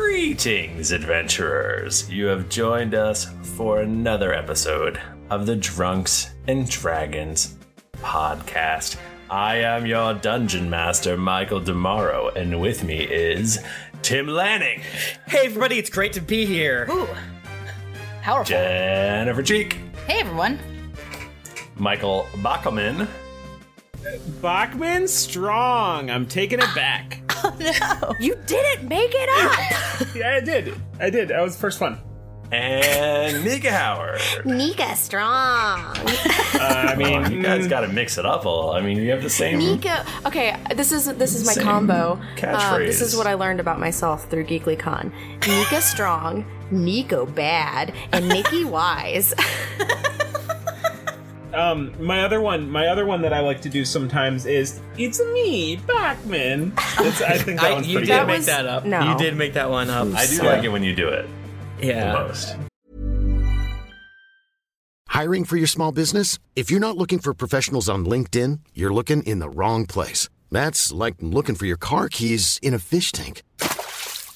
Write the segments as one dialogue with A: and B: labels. A: Greetings, adventurers. You have joined us for another episode of the Drunks and Dragons podcast. I am your dungeon master, Michael Demaro, and with me is Tim Lanning,
B: Hey, everybody, it's great to be here.
C: Ooh. Powerful.
A: Jennifer Cheek,
C: hey, everyone.
A: Michael Bachelman,
D: Bachman strong. I'm taking it back.
C: Oh, You didn't make it up.
D: yeah, I did. I did. That was the first one.
A: and Mika Howard.
E: Nika strong.
D: Uh, I mean,
A: You guys got to mix it up a little. I mean, you have the same.
E: Nika. Okay, this is this is my
A: Same
E: combo. Uh,
A: catchphrase.
E: this is what I learned about myself through GeeklyCon. Nika strong, Nico bad, and Nikki wise.
D: um, my other one, my other one that I like to do sometimes is it's me, Bachman. It's, I think that
B: I,
D: one's
B: you
D: pretty
B: did
D: good.
B: make
E: was-
B: that up.
E: no.
B: You did make that one up.
A: I do like it when you do it the
B: Yeah.
A: most.
F: Hiring for your small business? If you're not looking for professionals on LinkedIn, you're looking in the wrong place. That's like looking for your car keys in a fish tank.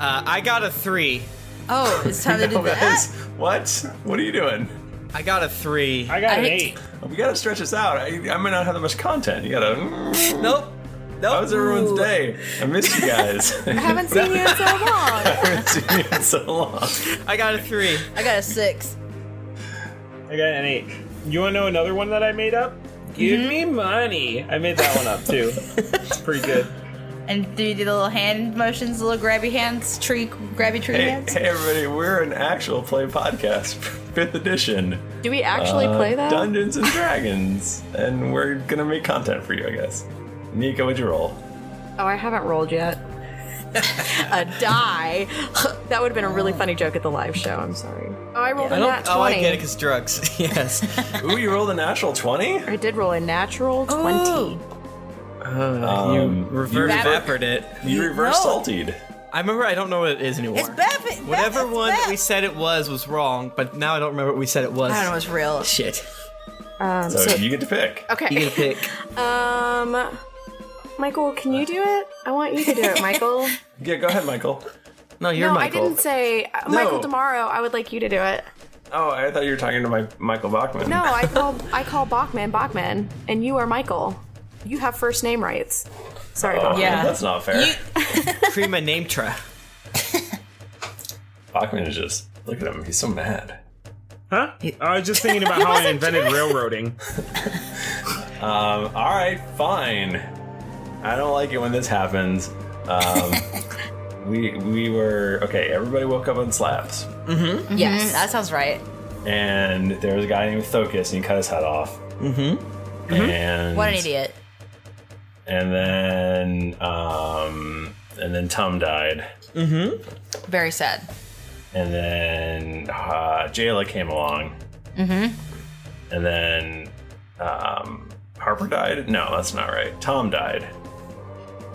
B: Uh, I got a three.
C: Oh, it's time to do
A: Guys,
C: that.
A: what? What are you doing?
B: I got a three.
D: I got an
C: I-
D: eight.
A: We gotta stretch this out. I, I might not have that much content. You gotta.
B: Nope.
A: How
B: Nope.
A: was everyone's day? I miss you guys. I
E: I haven't seen you in so long.
A: haven't seen you in so long.
B: I got a three.
C: I got a six.
D: I got an eight. You want to know another one that I made up? Give
G: Mm-hmm.
D: me money. I made that one up too. it's pretty good.
C: And do you do the little hand motions, the little grabby hands, tree grabby tree
A: Hey,
C: hands?
A: hey, everybody, we're an actual play podcast, fifth edition.
E: Do we actually
A: Uh,
E: play that?
A: Dungeons and Dragons. and we're gonna make content for you, I guess. Nico, what'd you roll?
E: Oh, I haven't rolled yet. a die. that would have been a really funny joke at the live show. I'm sorry. Oh, I rolled
B: I
E: a
B: don't.
E: nat 20.
B: Oh, I get it because drugs. yes.
A: Ooh, you rolled a natural 20?
E: I did roll a natural
B: Oh.
E: 20.
B: you reverse
A: Um, you-
B: vappered it.
A: You reverse
C: No.
A: saltied.
B: I remember. I don't know what it is anymore.
C: It's bad. but- bad-
B: Whatever
C: it's
B: one that
C: bad.
B: we said it was was wrong, but now I don't remember what we said it was.
C: I don't know what's real.
B: Shit.
E: Um,
A: So, you get to pick.
E: okay.
B: You get a pick.
E: Um, Michael, can you do it? I want you to do it, Michael.
A: Yeah, go ahead, Michael.
B: No, you're
E: no,
B: Michael.
E: I didn't say uh, Michael Tomorrow. I would like you to do it.
A: Oh, I thought you were talking to my Michael Bachman.
E: No, I call I call Bachman Bachman, and you are Michael. You have first name rights. Sorry, Bachman.
C: Yeah.
A: Oh, That's not fair.
B: Prima Namtra.
A: Bachman is just look at him. He's so mad.
D: Huh? I was just thinking about how I invented railroading.
A: Um, all right, fine. I don't like it when this happens. Um, we we were okay. Everybody woke up on slaps, Mm-hmm.
E: Mm-hmm.
C: Yes, that sounds right.
A: and there was a guy named Thokus, and he cut his head off. Mm-hmm. And
C: What an idiot.
A: And then um and then Tom died.
C: Mm-hmm. Very sad.
A: And then uh, Jayla came along.
C: Mm-hmm.
A: And then um Harper died? No, that's not right. Tom died.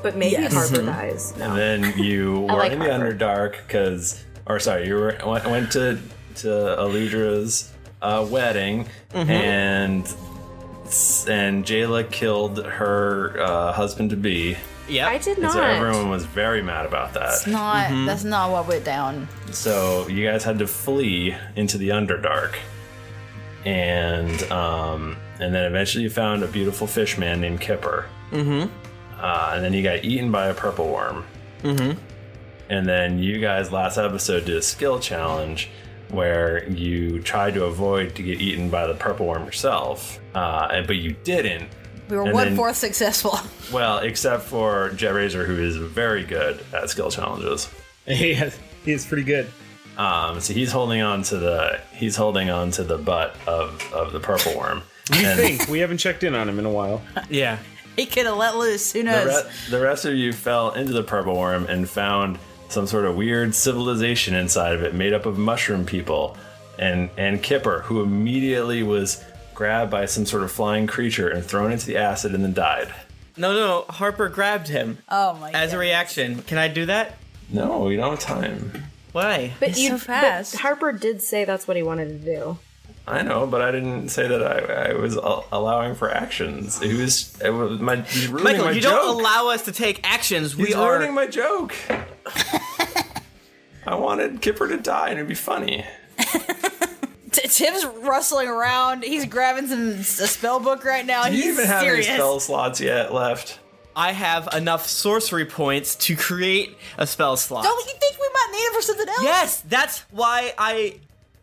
E: But maybe
A: Yes.
E: Harper
A: Mhm.
E: dies. No.
A: And then you
E: I
A: were
E: like
A: in the Underdark because, or sorry, you were, went, went to to Eludra's uh, wedding,
B: Mhm.
A: and and Jayla killed her uh, husband to be.
B: Yeah,
C: I did
A: And so
C: not.
A: everyone was very mad about that.
C: It's not.
A: Mm-hmm.
C: That's not what went down.
A: So you guys had to flee into the Underdark, and um, and then eventually you found a beautiful fish man named Kipper,
B: Mm-hmm.
A: uh, and then you got eaten by a purple worm.
B: Mm-hmm.
A: And then you guys last episode did a skill challenge where you tried to avoid to get eaten by the purple worm yourself, uh, and- but you didn't.
C: We were
A: And
C: one
A: then-
C: fourth successful.
A: Well, except for Jet Razor, who is very good at skill challenges. He is, he is pretty good. Um, so he's holding on to the he's holding on to the butt of, of the purple worm.
D: You
A: And-
D: think we haven't checked in on him in a while?
B: Yeah.
C: He could have let loose. Who
A: The,
C: knows?
A: re- the rest of you fell into the purple worm and found some sort of weird civilization inside of it, made up of mushroom people and and Kipper, who immediately was grabbed by some sort of flying creature and thrown into the acid and then died.
B: No, no, Harper grabbed him.
C: Oh my.
B: As a reaction, can I do that?
A: No, Oh, we don't have time.
B: Why?
E: But you But Harper did say that's what he wanted to do.
A: I know, but I didn't say that I, I was al- allowing for actions. It was, it was my he's ruining
B: Michael,
A: my
B: you
A: joke.
B: don't allow us to take actions.
A: He's
B: we are
A: ruining my joke. I wanted Kipper to die, and it'd be funny.
C: T- Tim's rustling around. He's grabbing some a spell book right now.
A: Do you
C: He's
A: even have any
C: serious.
A: spell slots yet left?
B: I have enough sorcery points to create a spell slot.
C: Don't you think we might need it for something else?
B: Yes, that's why I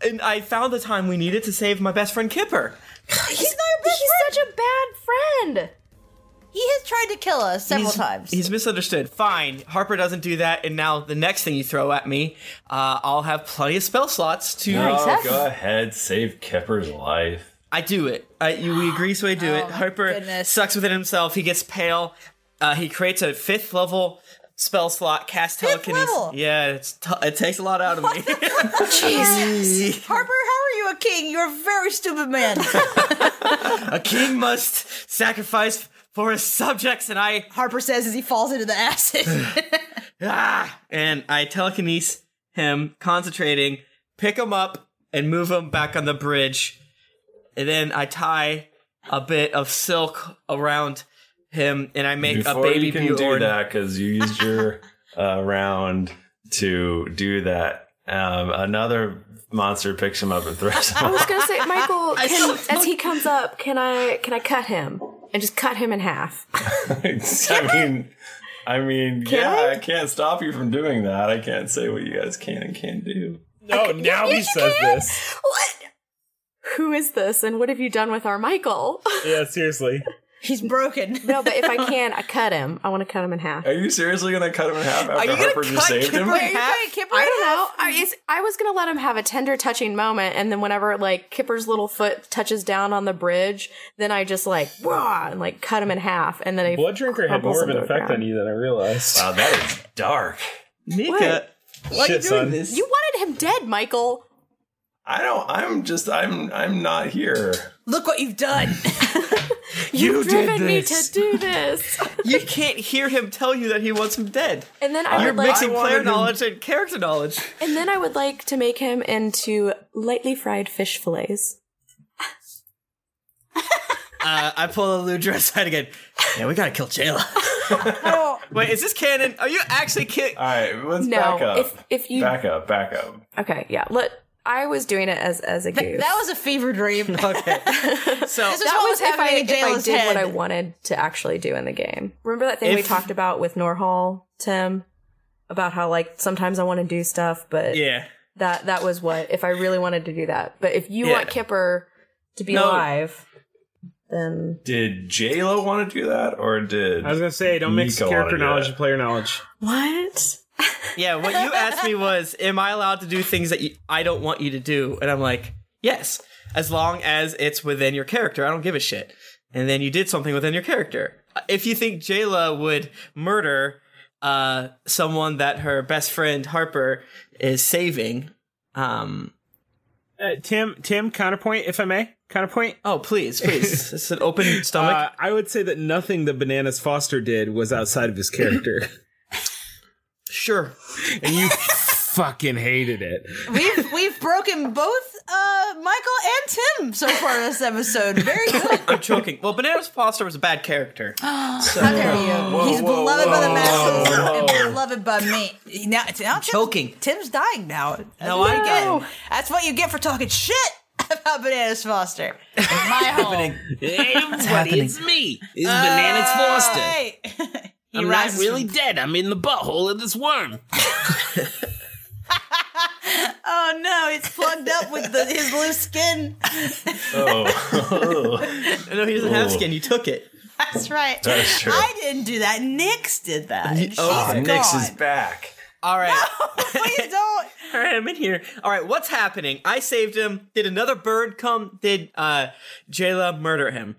B: and I found the time we needed to save my best friend Kipper.
C: He's not your best He's such a bad friend. He has tried to kill us several
B: he's,
C: times.
B: He's misunderstood. Fine, Harper doesn't do that, and now the next thing you throw at me, uh, I'll have plenty of spell slots to.
A: no, go ahead, save Kipper's life.
B: I do it. I, you, we agree, so I do
C: Oh,
B: it. Harper sucks within himself. He gets pale. Uh, he creates a fifth level spell slot. Cast telekinesis.
C: level?
B: Yeah, it's t- it takes a lot out of me.
C: Jesus. Harper, how are you a king? You're a very stupid man.
B: a king must sacrifice for his subjects, and I
C: Harper says as he falls into the acid.
B: ah, and I telekinesis him, concentrating, pick him up, and move him back on the bridge. And then I tie a bit of silk around him, and I make
A: Before
B: a baby
A: you can do
B: Bjorn.
A: that, because you used your uh, round to do that, um, another monster picks him up and throws him.
E: I was
A: off.
E: gonna say, Michael,
B: I
E: can, as he comes up, can I can I cut him and just cut him in half?
A: I mean, I mean,
E: Can
A: yeah, I? can't stop you from doing that. I can't say what you guys can and can't do.
D: No, now he says this.
E: Who is this, and what have you done with our Michael?
D: Yeah, seriously.
C: He's broken.
E: No, but if I can, I cut him. I want to cut him in half.
A: Are you seriously gonna cut him in half after Harper just saved him?
E: I don't know. I, it's, I was gonna let him have a tender touching moment, and then whenever like Kipper's little foot touches down on the bridge, then I just like wah and like cut him in half, and then I
D: Blood Drinker had more of an effect on you than I realized.
A: Wow, that is dark.
B: Nika,
E: why
A: are you Shit, doing son. this?
E: You wanted him dead, Michael.
A: I don't. I'm just. I'm. I'm not here.
C: Look what you've done.
A: You
E: You've driven me to do this.
B: you can't hear him tell you that he wants him dead.
E: And then I
B: you're
E: would like-
B: mixing
E: I wanted
B: player
E: him-
B: knowledge and character knowledge.
E: And then I would like to make him into lightly fried fish fillets.
B: Uh, I pull the Ludra aside again. Yeah, we gotta kill Jayla. Wait, is this canon? Are you actually kidding?
A: All right, let's
E: No, back up. if- if you- Back
A: up. Back up.
E: Okay, yeah. Let I was doing it as as a goof.
C: that was a fever dream.
B: okay. So
C: this is
E: that
C: what
E: was
C: was
E: if I,
C: happening in
E: if I
C: Jayla's
E: did
C: head.
E: what I wanted to actually do in the game. Remember that thing we
B: If-
E: talked about with Norhall, Tim, about how like sometimes I want to do stuff, but
B: Yeah.
E: that that was what if I really wanted to do that. But if you
A: Yeah.
E: want Kipper to be
A: No.
E: alive, then
A: Did Jayla want to do that, or did
D: I was gonna say, don't mix
A: Nico
D: character
A: wanna do
D: knowledge
A: that?
D: and player knowledge.
E: what?
B: Yeah, what you asked me was, am I allowed to do things that you, I don't want you to do? And I'm like, yes. as long as it's within your character. I don't give a shit. And then you did something within your character. If you think Jayla would murder uh, someone that her best friend Harper is saving, um,
D: Uh, Tim, Tim, counterpoint, if I may. Counterpoint.
B: Oh, please, please. it's an open stomach.
D: Uh, I would say that nothing that Bananas Foster did was outside of his character.
B: sure.
D: And you fucking hated it.
C: We've we've broken both uh, Michael and Tim so far this episode. Very good.
B: I'm joking. Well, Bananas Foster was a bad character. So-
C: How dare you? He's beloved by
B: Oh,
C: the masses
B: whoa,
C: and beloved by me. Now, now Tim's,
B: Joking.
C: Tim's dying now. That's
B: No,
C: what
B: I
C: you
B: know.
C: get. That's what you get for talking shit about Bananas Foster. It's my home.
B: Oh,
G: Everybody, it's me. It's Bananas Foster. I'm not really dead. I'm in the butthole of this worm.
C: Oh no, it's plugged up with the, his loose skin.
A: Oh.
B: no, he doesn't have
A: Ooh.
B: skin. You took it.
C: That's right.
A: That's true.
C: I didn't do that. Nyx did that. and she's
A: oh,
C: gone.
A: Nyx is back.
B: All right.
C: please don't.
B: All right, I'm in here. All right, what's happening? I saved him. Did another bird come? Did uh Jayla murder him?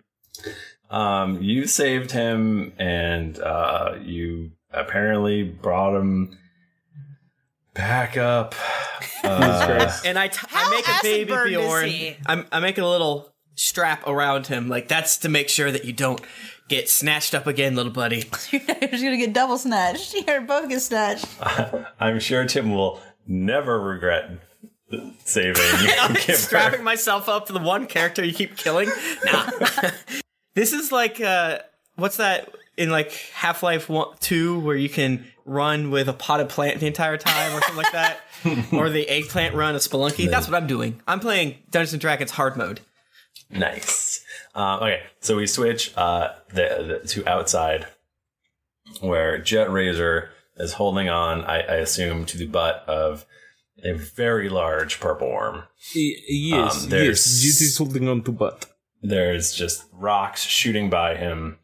A: Um, you saved him, and uh, you apparently brought him back up. Uh,
B: and I, t- I make a baby
C: acid-burned is
B: Bjorn.
C: he?
B: I'm, I make a little strap around him, like that's to make sure that you don't get snatched up again, little buddy.
C: You're just gonna get double snatched. You're both get snatched.
A: I'm sure Tim will never regret saving Kipper.
B: Strapping myself up to the one character you keep killing. Nah, this is like uh, what's that in like Half Life One Two where you can run with a potted plant the entire time or something like that, or the eggplant run of Spelunky. That's what I'm doing. I'm playing Dungeons and Dragons hard mode.
A: Nice. Um, okay, so we switch uh, the, the to outside, where Jet Razor is holding on, I, I assume, to the butt of a very large purple worm.
D: yes,
A: Um,
D: yes.
A: there's-
D: Jit is holding on to butt.
A: There's just rocks shooting by him,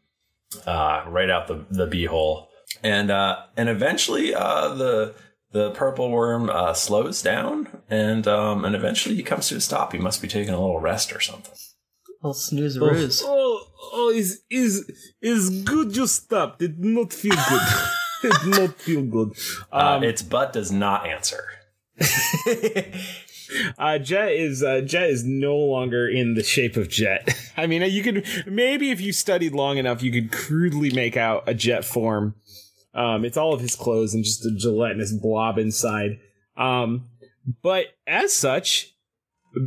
A: uh, right out the the beehole, and uh, and eventually uh, the the purple worm uh, slows down, and um, and eventually he comes to a stop. He must be taking a little rest or something.
B: Little snooze
D: Oh, oh, oh, is is is good. You stopped. It did not feel good. it did not feel good. Um,
A: Uh, its butt does not answer.
D: Uh, Jet is uh, Jet is no longer in the shape of Jet. I mean, you could maybe if you studied long enough, you could crudely make out a Jet form. Um, it's all of his clothes and just a gelatinous blob inside. Um, but as such,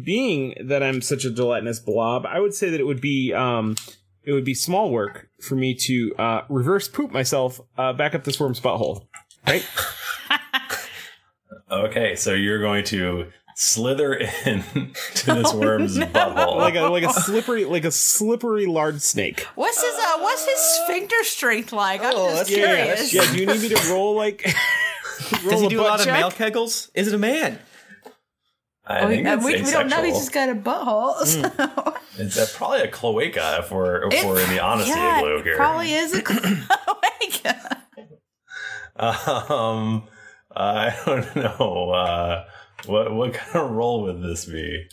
D: being that I'm such a gelatinous blob, I would say that it would be um, it would be small work for me to uh, reverse poop myself uh, back up this worm's butthole. Right?
A: Okay, so you're going to slither in to this worm's bubble.
D: Oh, like a like a slippery like a slippery large snake.
C: What's his uh, What's his sphincter strength like?
B: Oh,
C: I'm just Oh, curious.
D: Yeah, do you need me to roll like? roll
B: Does he do a
D: butt
B: lot of
D: check?
B: male kegels? Is it a man?
A: I think
C: Uh,
A: it's
C: we, we don't know. He's
A: asexual.
C: just got a butthole. so-
A: It's uh, probably a cloaca if we're, if
C: It-
A: we're in the honesty
C: yeah,
A: igloo
C: it
A: here.
C: Probably is. A, Oh
A: Um, I don't know. Uh, what what kind of roll would this be?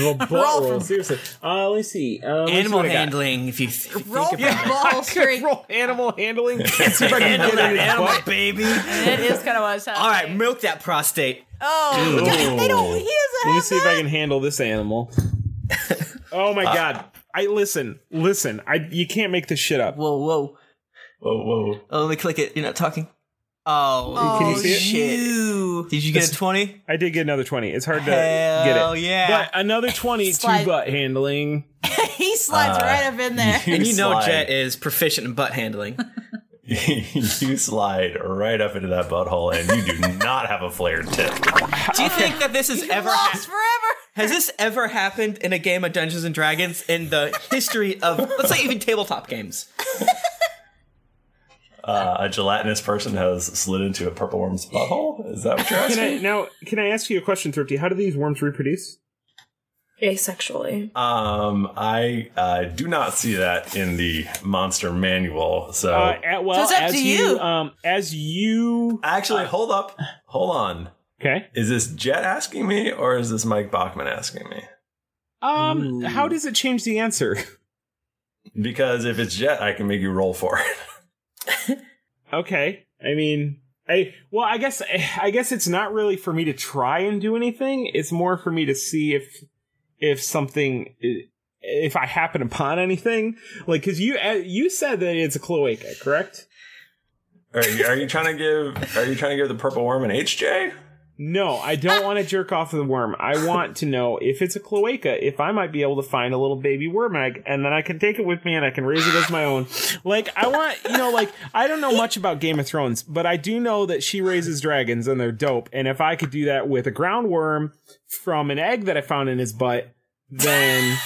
D: a, butt
C: Roll
D: roll.
C: from-
D: Seriously, uh, let me see. Uh, let me see
B: Animal
D: what I got.
B: handling, if you th- think
D: Roll
B: about
D: yeah,
B: it.
D: I could Roll animal handling. See if I can
B: Handle
D: get
B: that
D: it in his
B: animal,
D: butt.
B: baby.
C: it is kind of what it's
B: All right, milk that prostate.
C: Oh,
D: Ooh.
C: they don't. He doesn't
D: Let me
C: have
D: see if I can handle this animal. oh
B: Uh,
D: my god! I listen, listen. I you can't make this shit up.
B: Whoa, whoa,
A: whoa, whoa!
B: Oh, let me click it. You're not talking. Oh,
D: Can you see it?
B: shit. Did you get a twenty?
D: I did get another twenty. It's hard
B: Hell
D: to get it.
B: yeah.
D: But another twenty
C: Slide.
D: to butt handling.
C: he slides
A: Uh,
C: right up in there.
A: you
B: and you know
A: slide.
B: Jet is proficient in butt handling.
A: you slide right up into that butthole, and you do not have a flared tip.
B: Do you think that this has ever hap- Has this ever happened in a game of Dungeons and Dragons in the history of let's say even tabletop games?
A: Uh, a gelatinous person has slid into a purple worm's butthole. Is that what you're
D: Can I
A: asking?
D: now? Can I ask you a question, Thrifty? How do these worms reproduce?
H: Asexually.
A: Um, I uh, do not see that in the monster manual. So
D: Uh, at, well, as Um, as you uh,
A: actually hold up, hold on.
D: Okay,
A: is this Jet asking me or is this Mike Bachman asking me?
D: Um, how does it change the answer?
A: Because if it's jet, I can make you roll for it.
D: okay. I mean, I well, I guess I guess it's not really for me to try and do anything. It's more for me to see if if something if I happen upon anything. Like, cause you uh, you said that it's a cloaca, correct?
A: Are you, are you trying to give? Are you trying to give the purple worm an HJ?
D: No, I don't want to jerk off the worm. I want to know if it's a cloaca, if I might be able to find a little baby worm, and, I, and then I can take it with me and I can raise it as my own. Like, I want, you know, like, I don't know much about Game of Thrones, but I do know that she raises dragons and they're dope. And if I could do that with a ground worm from an egg that I found in his butt, then,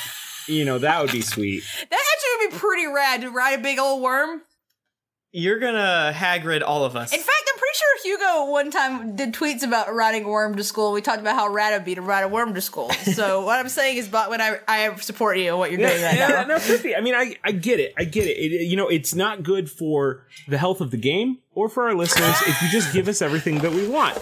D: you know, that would be sweet.
C: That actually would be pretty rad to ride a big old worm.
B: You're gonna Hagrid all of us.
C: In fact, I'm pretty sure Hugo one time did tweets about riding a worm to school. We talked about how rad it'd be to ride a worm to school. So what I'm saying is, but when I I support you in what you're doing right
D: yeah,
C: now.
D: no, seriously. I mean, I, I get it. I get it. it. You know, it's not good for the health of the game or for our listeners if you just give us everything that we want.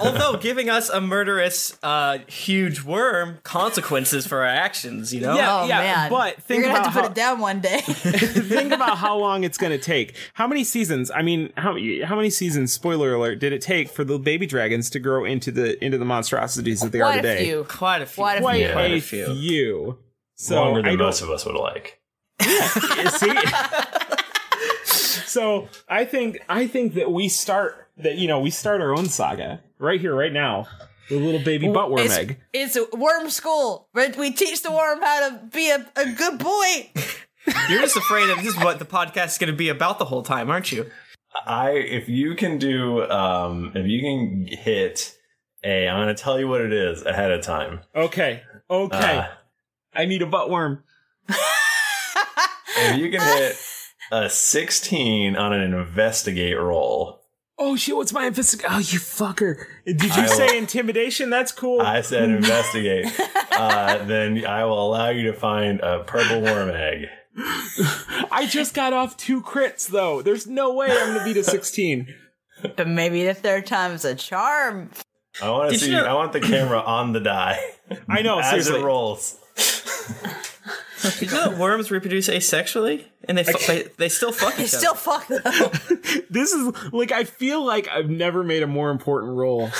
B: Although giving us a murderous, uh, huge worm consequences for our actions, you know.
C: oh man!
D: but think
C: you're gonna
D: about
C: have to
D: how-
C: put it down one day.
D: Think about how long it's going to take. How many seasons? I mean, how how many seasons? Spoiler alert! Did it take for the baby dragons to grow into the into the monstrosities that they are today?
B: Quite a few.
C: Quite a
D: Quite
C: few.
D: a few. So
A: Longer
D: I
A: than
D: don't-
A: most of us would like.
D: so I think I think that we start that you know we start our own saga right here right now with a little baby butt worm
C: it's,
D: egg.
C: It's a worm school. where We teach the worm how to be a, a good boy.
B: You're just afraid that this is what the podcast is going to be about the whole time, aren't you?
A: I if you can do um if you can hit a I'm gonna tell you what it is ahead of time.
D: Okay, okay.
A: Uh,
D: I need a butt worm.
A: If you can hit a 16 on an investigate roll,
D: Oh shit! What's my investigation? Oh, you fucker! Did you
A: I
D: say
A: will-
D: intimidation? That's cool.
A: I said investigate. uh, then I will allow you to find a purple worm egg.
D: I just got off two crits though. There's no way I'm gonna beat a 16.
C: But maybe the third time's a charm.
A: I want to
C: Did
A: see.
C: you know-
A: I want the camera on the die.
D: I know,
A: as
D: seriously.
A: it rolls.
B: You know that worms reproduce asexually, and they fu- they, they still fuck each other.
C: fuck them.
D: this is like I feel like I've never made a more important role.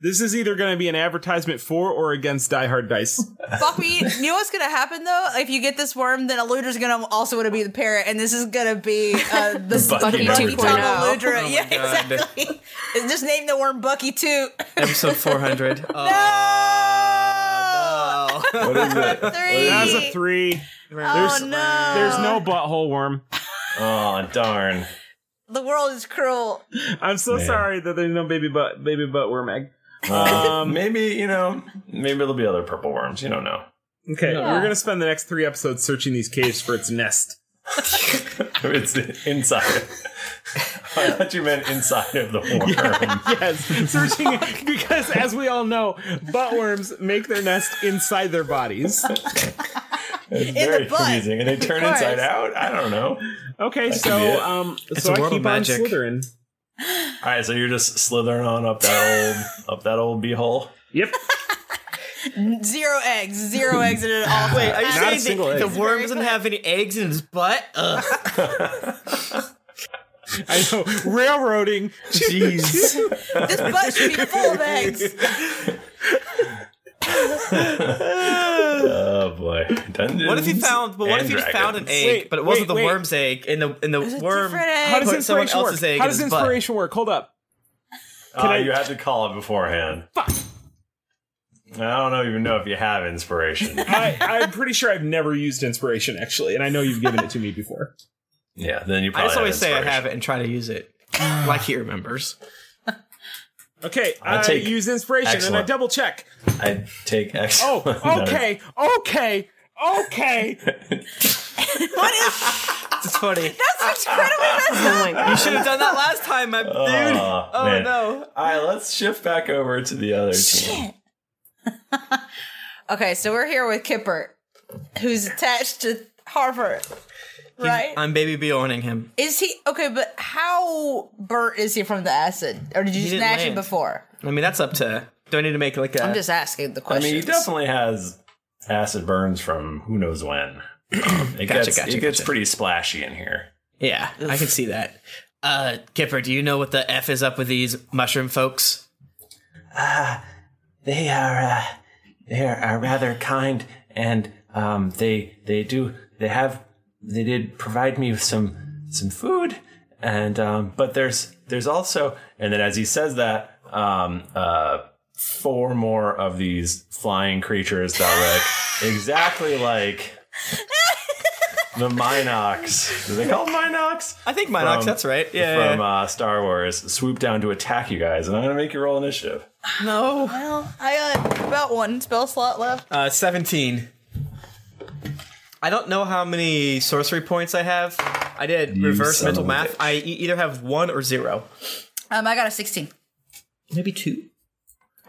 D: this is either going to be an advertisement for or against Die Hard Dice.
C: Fuck me. You know what's gonna happen though? If you get this worm, then Eludra's gonna also wanna be the parrot, and this is gonna be uh, the
D: Bucky
C: Bucky,
D: Bucky 2.0.
C: Bucky Tom Eludra.
B: Oh my
C: yeah,
B: God.
C: exactly. Just name the worm Bucky too.
B: Episode 400. Oh, no!
A: What is it?
D: That's a three. There's,
C: no.
D: there's no butthole worm.
A: Oh darn!
C: The world is cruel.
D: I'm so
A: Man.
D: sorry that there's no baby butt baby butt worm egg. Um,
A: Uh, maybe you know. Maybe there'll be other purple worms. You don't know.
D: Okay,
A: Yeah.
D: we're gonna spend the next three episodes searching these caves for its nest.
A: it's inside. I thought you meant inside of the worm.
D: yes, searching because, as we all know, buttworms make their nest inside their bodies.
A: It's very confusing, and they turn inside out. I don't know.
D: Okay,
A: That could be
D: so
A: it.
D: um,
A: It's
D: so
A: a
D: I
A: world of
D: keep on
A: magic.
D: slithering.
A: All right, so you're just slithering on up that old up that old beehole.
D: Yep.
C: Zero eggs. Zero eggs in it all.
B: Wait, are you
C: Not a
B: saying
C: single
B: the,
C: egg.
B: the worm doesn't have any eggs in his butt? Ugh.
D: I know railroading.
B: Jeez,
C: this butt should be full of eggs.
A: oh boy! Dungeons
B: What if he found? But what
A: and
B: if he just found an
A: Dragons.
B: egg, but it wasn't the worm's egg, and the and the worm
D: How does
B: put someone
D: inspiration
B: else's
D: work?
B: egg
D: How
B: in
D: does
B: his butt?
D: inspiration work? Hold up.
A: Oh,
D: Can I-
A: you have to call it beforehand.
D: Fuck.
A: I don't know, even know if you have inspiration.
D: I, I'm pretty sure I've never used inspiration actually, and I know you've given it to me before.
A: yeah, then you.
B: I
A: Probably
B: just always
A: have
B: say I
A: inspiration.
B: have it and try to use it, like he remembers.
D: Okay,
A: I
D: I,
A: take
D: use inspiration and I
A: excellent.
D: double check.
A: I take
D: Oh,
A: excellent.
D: okay, okay, okay.
B: It's funny.
C: That's incredibly messed up.
B: you should have done that last time, my dude. oh
A: Aw, Ah, man.
B: no.
A: All right, let's shift back over to the other team.
C: Okay, so we're here with Kipper, who's attached to Harper, right?
B: I'm baby B owning him.
C: Is he okay? But how burnt is he from the acid, or did you
B: He
C: just
B: didn't
C: snatch
B: land.
C: him before?
B: I mean, that's up to Do I need to make like a?
C: I'm just asking the
A: I
C: question.
A: mean, he definitely has acid burns from who knows when. It
B: Gotcha,
A: gets
B: gotcha,
A: it gets
B: gotcha.
A: pretty splashy in here.
B: Yeah, I can see that. Uh, Kipper, do you know what the f is up with these mushroom folks?
A: Ah, they are uh, they are rather kind, and um, they they do they have they did provide me with some some food, and um, but there's there's also and then as he says that, um, uh, four more of these flying creatures that look exactly like the Minox. Do they call them Minox?
B: I think Minox.
A: From-
B: that's right. Yeah. yeah,
A: From Uh, Star Wars, swoop down to attack you guys, and I'm gonna make you roll initiative.
B: No.
C: Well, I got about one spell slot left.
B: yeah. Uh, Seventeen. I don't know how many sorcery points I have. I did
C: You
B: reverse
C: son
B: mental
C: of a
B: math. I e- either have one or zero.
C: Um, I got a 16.
B: Maybe two.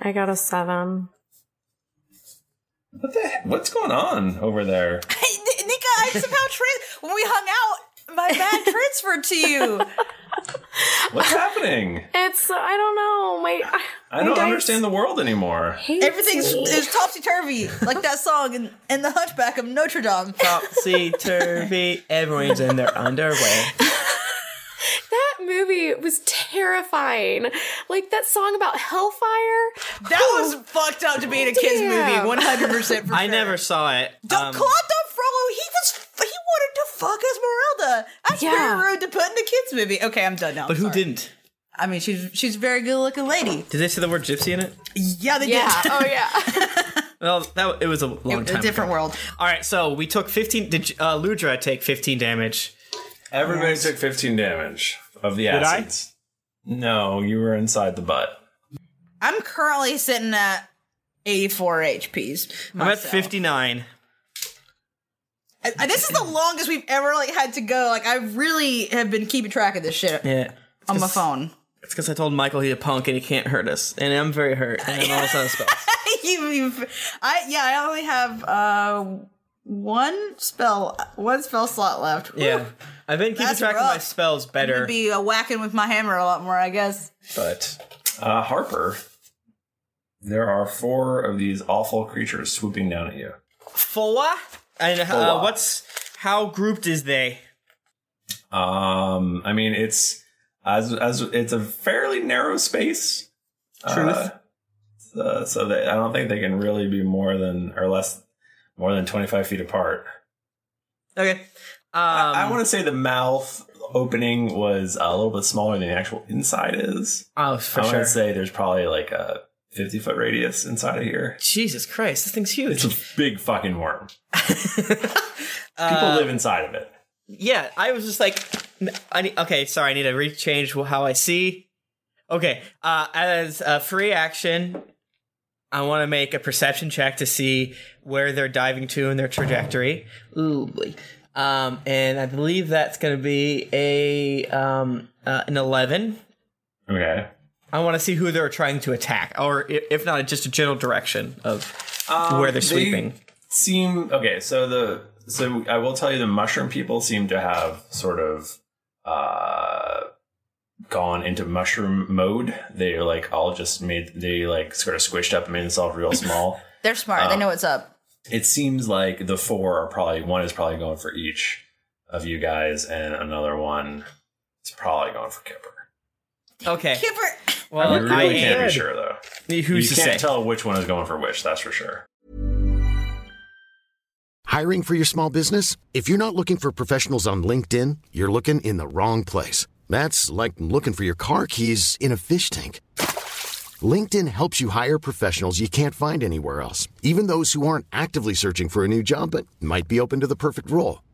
H: I got a seven.
A: What's going on over there?
C: N- Nika, I somehow trans- when we hung out, my bad transferred to you.
A: What's happening?
H: It's I don't know. My
A: I don't understand the world anymore.
C: Everything's is topsy turvy, like that song in, in the Hunchback of Notre Dame.
B: Topsy turvy. Everyone's in their underwear.
H: That movie was terrifying. Like that song about Hellfire.
C: That was fucked up to be in a
B: kids'
C: movie, 100% for
B: I never saw it. Um,
C: Claude Frollo, he was he wanted to fuck Esmeralda. That's
B: Yeah.
C: very rude to put in a kids' movie. Okay, I'm done now.
B: but
C: I'm
B: who
C: sorry.
B: didn't?
C: I mean, she's she's a very good looking lady.
B: Did they say the word gypsy in it?
C: Yeah, they
H: Yeah,
C: did.
H: oh, yeah.
B: Well, that it was a long
C: It-
B: time.
C: a different
B: ago.
C: world.
B: All right, so we took fifteen. Did uh, Ludra take fifteen damage?
A: Everybody took 15 damage of the
B: Did I?
A: acids. No, you were inside the butt.
C: I'm currently sitting at 84 HPs.
B: I'm at
C: myself.
B: fifty nine.
C: I- I- this is the longest we've ever like had to go. Like I really have been keeping track of this shit
B: Yeah,
C: on my phone.
B: it's because I told Michael he's a punk and he can't hurt us, and I'm very hurt, and I'm almost out of spells.
C: you, you've, I yeah, I only have uh one spell, one spell slot left.
B: Yeah, I've been keeping
C: That's
B: track of my
C: rough.
B: spells better.
C: I'd be uh, whacking with my hammer a lot more, I guess.
A: But uh, Harper, there are four of these awful creatures swooping down at you.
B: Four and uh,
A: Four.
B: what's how grouped is they?
A: Um, I mean, it's as as it's a fairly narrow space.
B: Truth.
A: Uh, so- so they, I don't think they can really be more than or less more than 25 feet apart.
B: Okay. Uh,
A: I,
B: Um,
A: want to say the mouth opening was a little bit smaller than the actual inside is.
B: Oh, for
A: I
B: sure.
A: would say there's probably like a 50 foot radius inside of here.
B: Jesus Christ, this thing's huge.
A: It's a big fucking worm. People
B: Uh,
A: live inside of it.
B: Yeah, I was just like, n- I need, okay, sorry, I need to rechange how I see. Okay, uh, as a free action, I want to make a perception check to see where they're diving to in their trajectory. Ooh, boy. Um, and I believe that's going to be a um, uh, an eleven.
A: Okay.
B: I want to see who they're trying to attack, or i- if not, just a general direction of
A: Um,
B: where they're
A: they-
B: sweeping.
A: Seem okay. So the so I will tell you the mushroom people seem to have sort of uh gone into mushroom mode. They are like all just made they like sort of squished up and made themselves real small.
C: They're smart. they
B: Uh.
A: Um,
C: know what's up.
A: it seems like the four are probably one is probably going for each of you guys, and another one is probably going for Kipper.
B: Okay.
C: Kipper.
B: Well,
A: you really
B: I
A: can't be sure though.
B: Who's to
A: you can't
B: say?
A: tell which one is going for which. That's for sure.
F: Hiring for your small business? If you're not looking for professionals on LinkedIn, you're looking in the wrong place. That's like looking for your car keys in a fish tank. LinkedIn helps you hire professionals you can't find anywhere else, even those who aren't actively searching for a new job but might be open to the perfect role.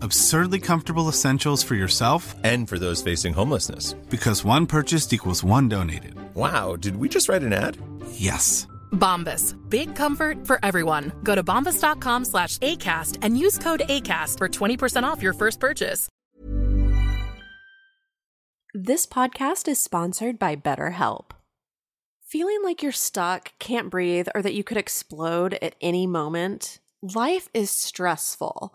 I: Absurdly comfortable essentials for yourself
J: and for those facing homelessness.
I: Because one purchased equals one donated.
J: Wow, did we just write an ad?
I: Yes.
K: Bombas. Big comfort for everyone. Go to bombas.com slash ACAST and use code ACAST for 20% off your first purchase.
H: This podcast is sponsored by BetterHelp. Feeling like you're stuck, can't breathe, or that you could explode at any moment? Life is stressful.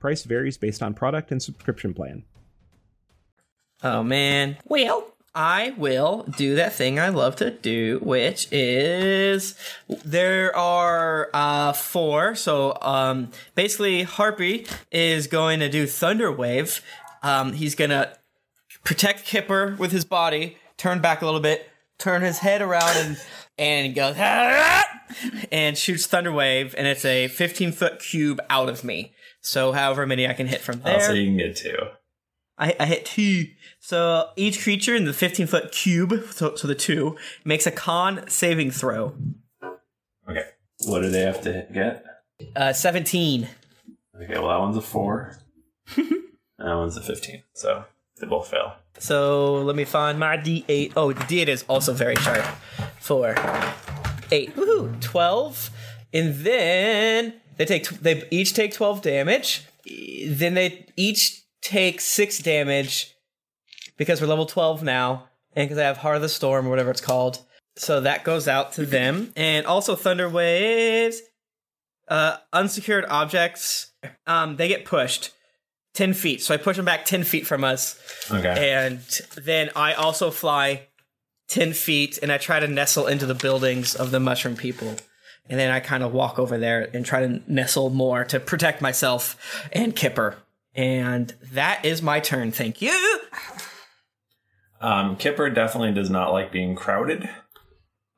D: Price varies based on product and subscription plan.
B: Oh man. Well, I will do that thing I love to do, which is there are uh, four. So um, basically, Harpy is going to do Thunder Wave. Um, he's going to protect Kipper with his body, turn back a little bit, turn his head around, and and goes "Ah!" and shoots Thunder Wave, and it's a 15 foot cube out of me. So however many I can hit from there.
A: I'll say you can get two.
B: I, I hit two. So each creature in the 15 foot cube, so, so the two, makes a con saving throw.
A: Okay. What do they have to get?
B: Uh, 17.
A: Okay, well, that one's a four. and that one's a 15. So they both fail.
B: So let me find my d8. Oh, the d8 is also very sharp. Four, eight, woohoo, 12. And then they take tw- they each take 12 damage. E- Then they each take six damage because we're level 12 now and because I have Heart of the Storm or whatever it's called. So that goes out to them. And also Thunder Waves. Uh, unsecured objects. Um, they get pushed 10 feet. So I push them back 10 feet from us.
A: Okay.
B: And then I also fly 10 feet and I try to nestle into the buildings of the mushroom people. And then I kind of walk over there and try to nestle more to protect myself and Kipper. And that is my turn. Thank you.
A: Um, Kipper definitely does not like being crowded,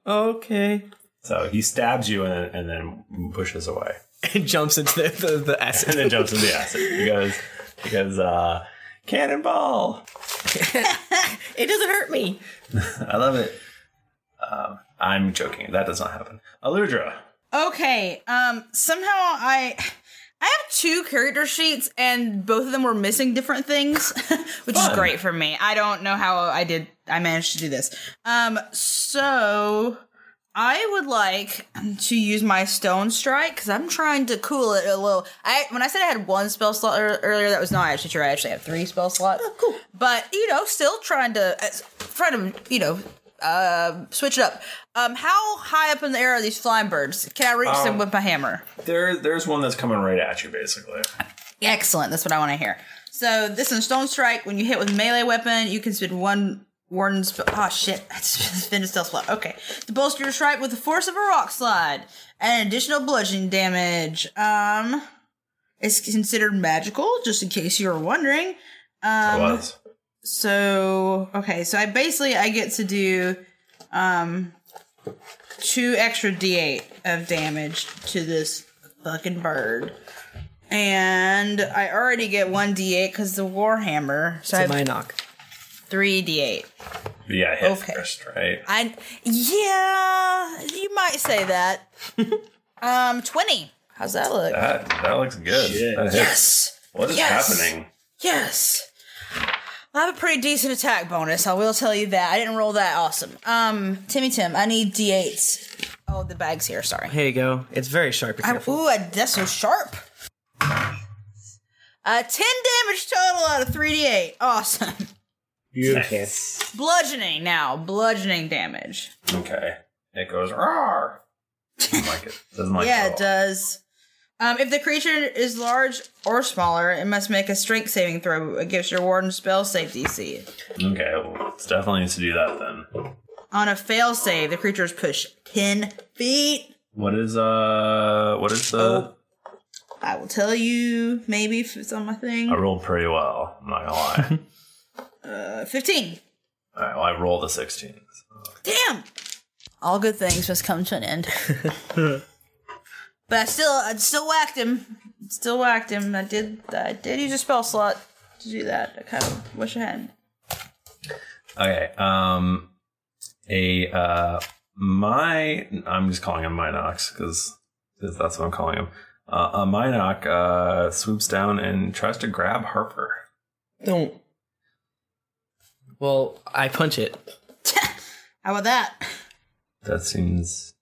B: Okay.
A: so he stabs you and, and then pushes away.
B: And jumps into the, the, the acid.
A: and then jumps into the acid because because uh, cannonball.
C: It doesn't hurt me.
A: I love it. Um, I'm joking. That does not happen. Aludra.
C: Okay. Um. Somehow I. I have two character sheets and both of them were missing different things, which
E: Fun.
C: is great for me. I don't know how I did I managed to do this. Um so I would like to use my stone strike cuz I'm trying to cool it a little. I when I said I had one spell slot ear- earlier that was not actually true. I actually have three spell slots. Oh, cool. But you know, still trying to uh, trying to, you know, uh, switch it up. Um, how high up in the air are these flying birds? Can I reach them
A: Um,
C: with my hammer?
A: There, there's one that's coming right at you, basically.
C: Excellent. That's what I want to hear. So So this in Stone Strike, when you hit with melee weapon, you can spend one warden spell. Oh shit, that's spend a stealth slot. Okay, to bolster your strike with the force of a rock slide and additional bludgeoning damage. Um, it's considered magical, just in case you were wondering. Um,
A: was.
C: So okay, so I basically I get to do um two extra d8 of damage to this fucking bird. And I already get one d8 because the warhammer. So,
B: So
C: I have
B: my knock.
C: Three d8.
A: Yeah, hit first, right?
C: I yeah, you might say that. um, twenty. How's that look?
A: That, that looks good. That hits.
C: Yes.
A: What is
C: Yes.
A: happening?
C: Yes. I have a pretty decent attack bonus. I will tell you that. I didn't roll that awesome. Um, Timmy Tim, I need d8s. Oh, the bag's here. Sorry.
B: Here you go. It's very sharp. Be
C: I,
B: careful.
C: ooh, I- that's so sharp. Uh, 10 damage total out of 3d8. Awesome.
A: Beautiful.
C: Bludgeoning now. Bludgeoning damage.
A: Okay. It goes roar. Doesn't like it. Doesn't like
C: yeah,
A: it.
C: it does. Um, if the creature is large or smaller, it must make a strength saving throw against your warden spell save DC.
A: Okay, well, it definitely needs to do that then.
C: On a fail save, the creature is pushed 10 feet.
A: What is uh? What is the?
C: I will tell you maybe if it's on my thing.
A: I rolled pretty well. I'm not gonna lie.
C: Uh, 15.
A: All right, well, I rolled a sixteen.
C: Damn! All good things must come to an end. But I still, I still whacked him. Still whacked him. I did. I did use a spell slot to do that. I kind of wish I hadn't.
A: Okay. Um, a uh, my I'm just calling him Minox because that's what I'm calling him. Uh, a Minoc uh, swoops down and tries to grab Harper.
B: Don't. Well, I punch it.
C: How about that?
A: That seems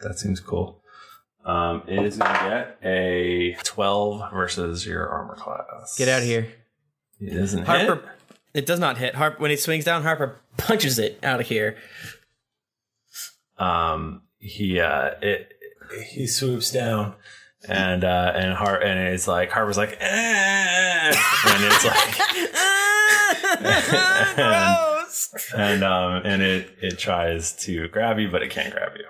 A: that seems cool. Um, it is gonna get a twelve versus your armor class.
B: Get out of here.
A: It doesn't
B: Harper. It does not hit. Harp when it swings down, Harper punches it out of here.
A: um he uh it he swoops down and uh and Har and it's like Harper's like "Eh," and it's like
C: gross
A: and um and it it tries to grab you but it can't grab you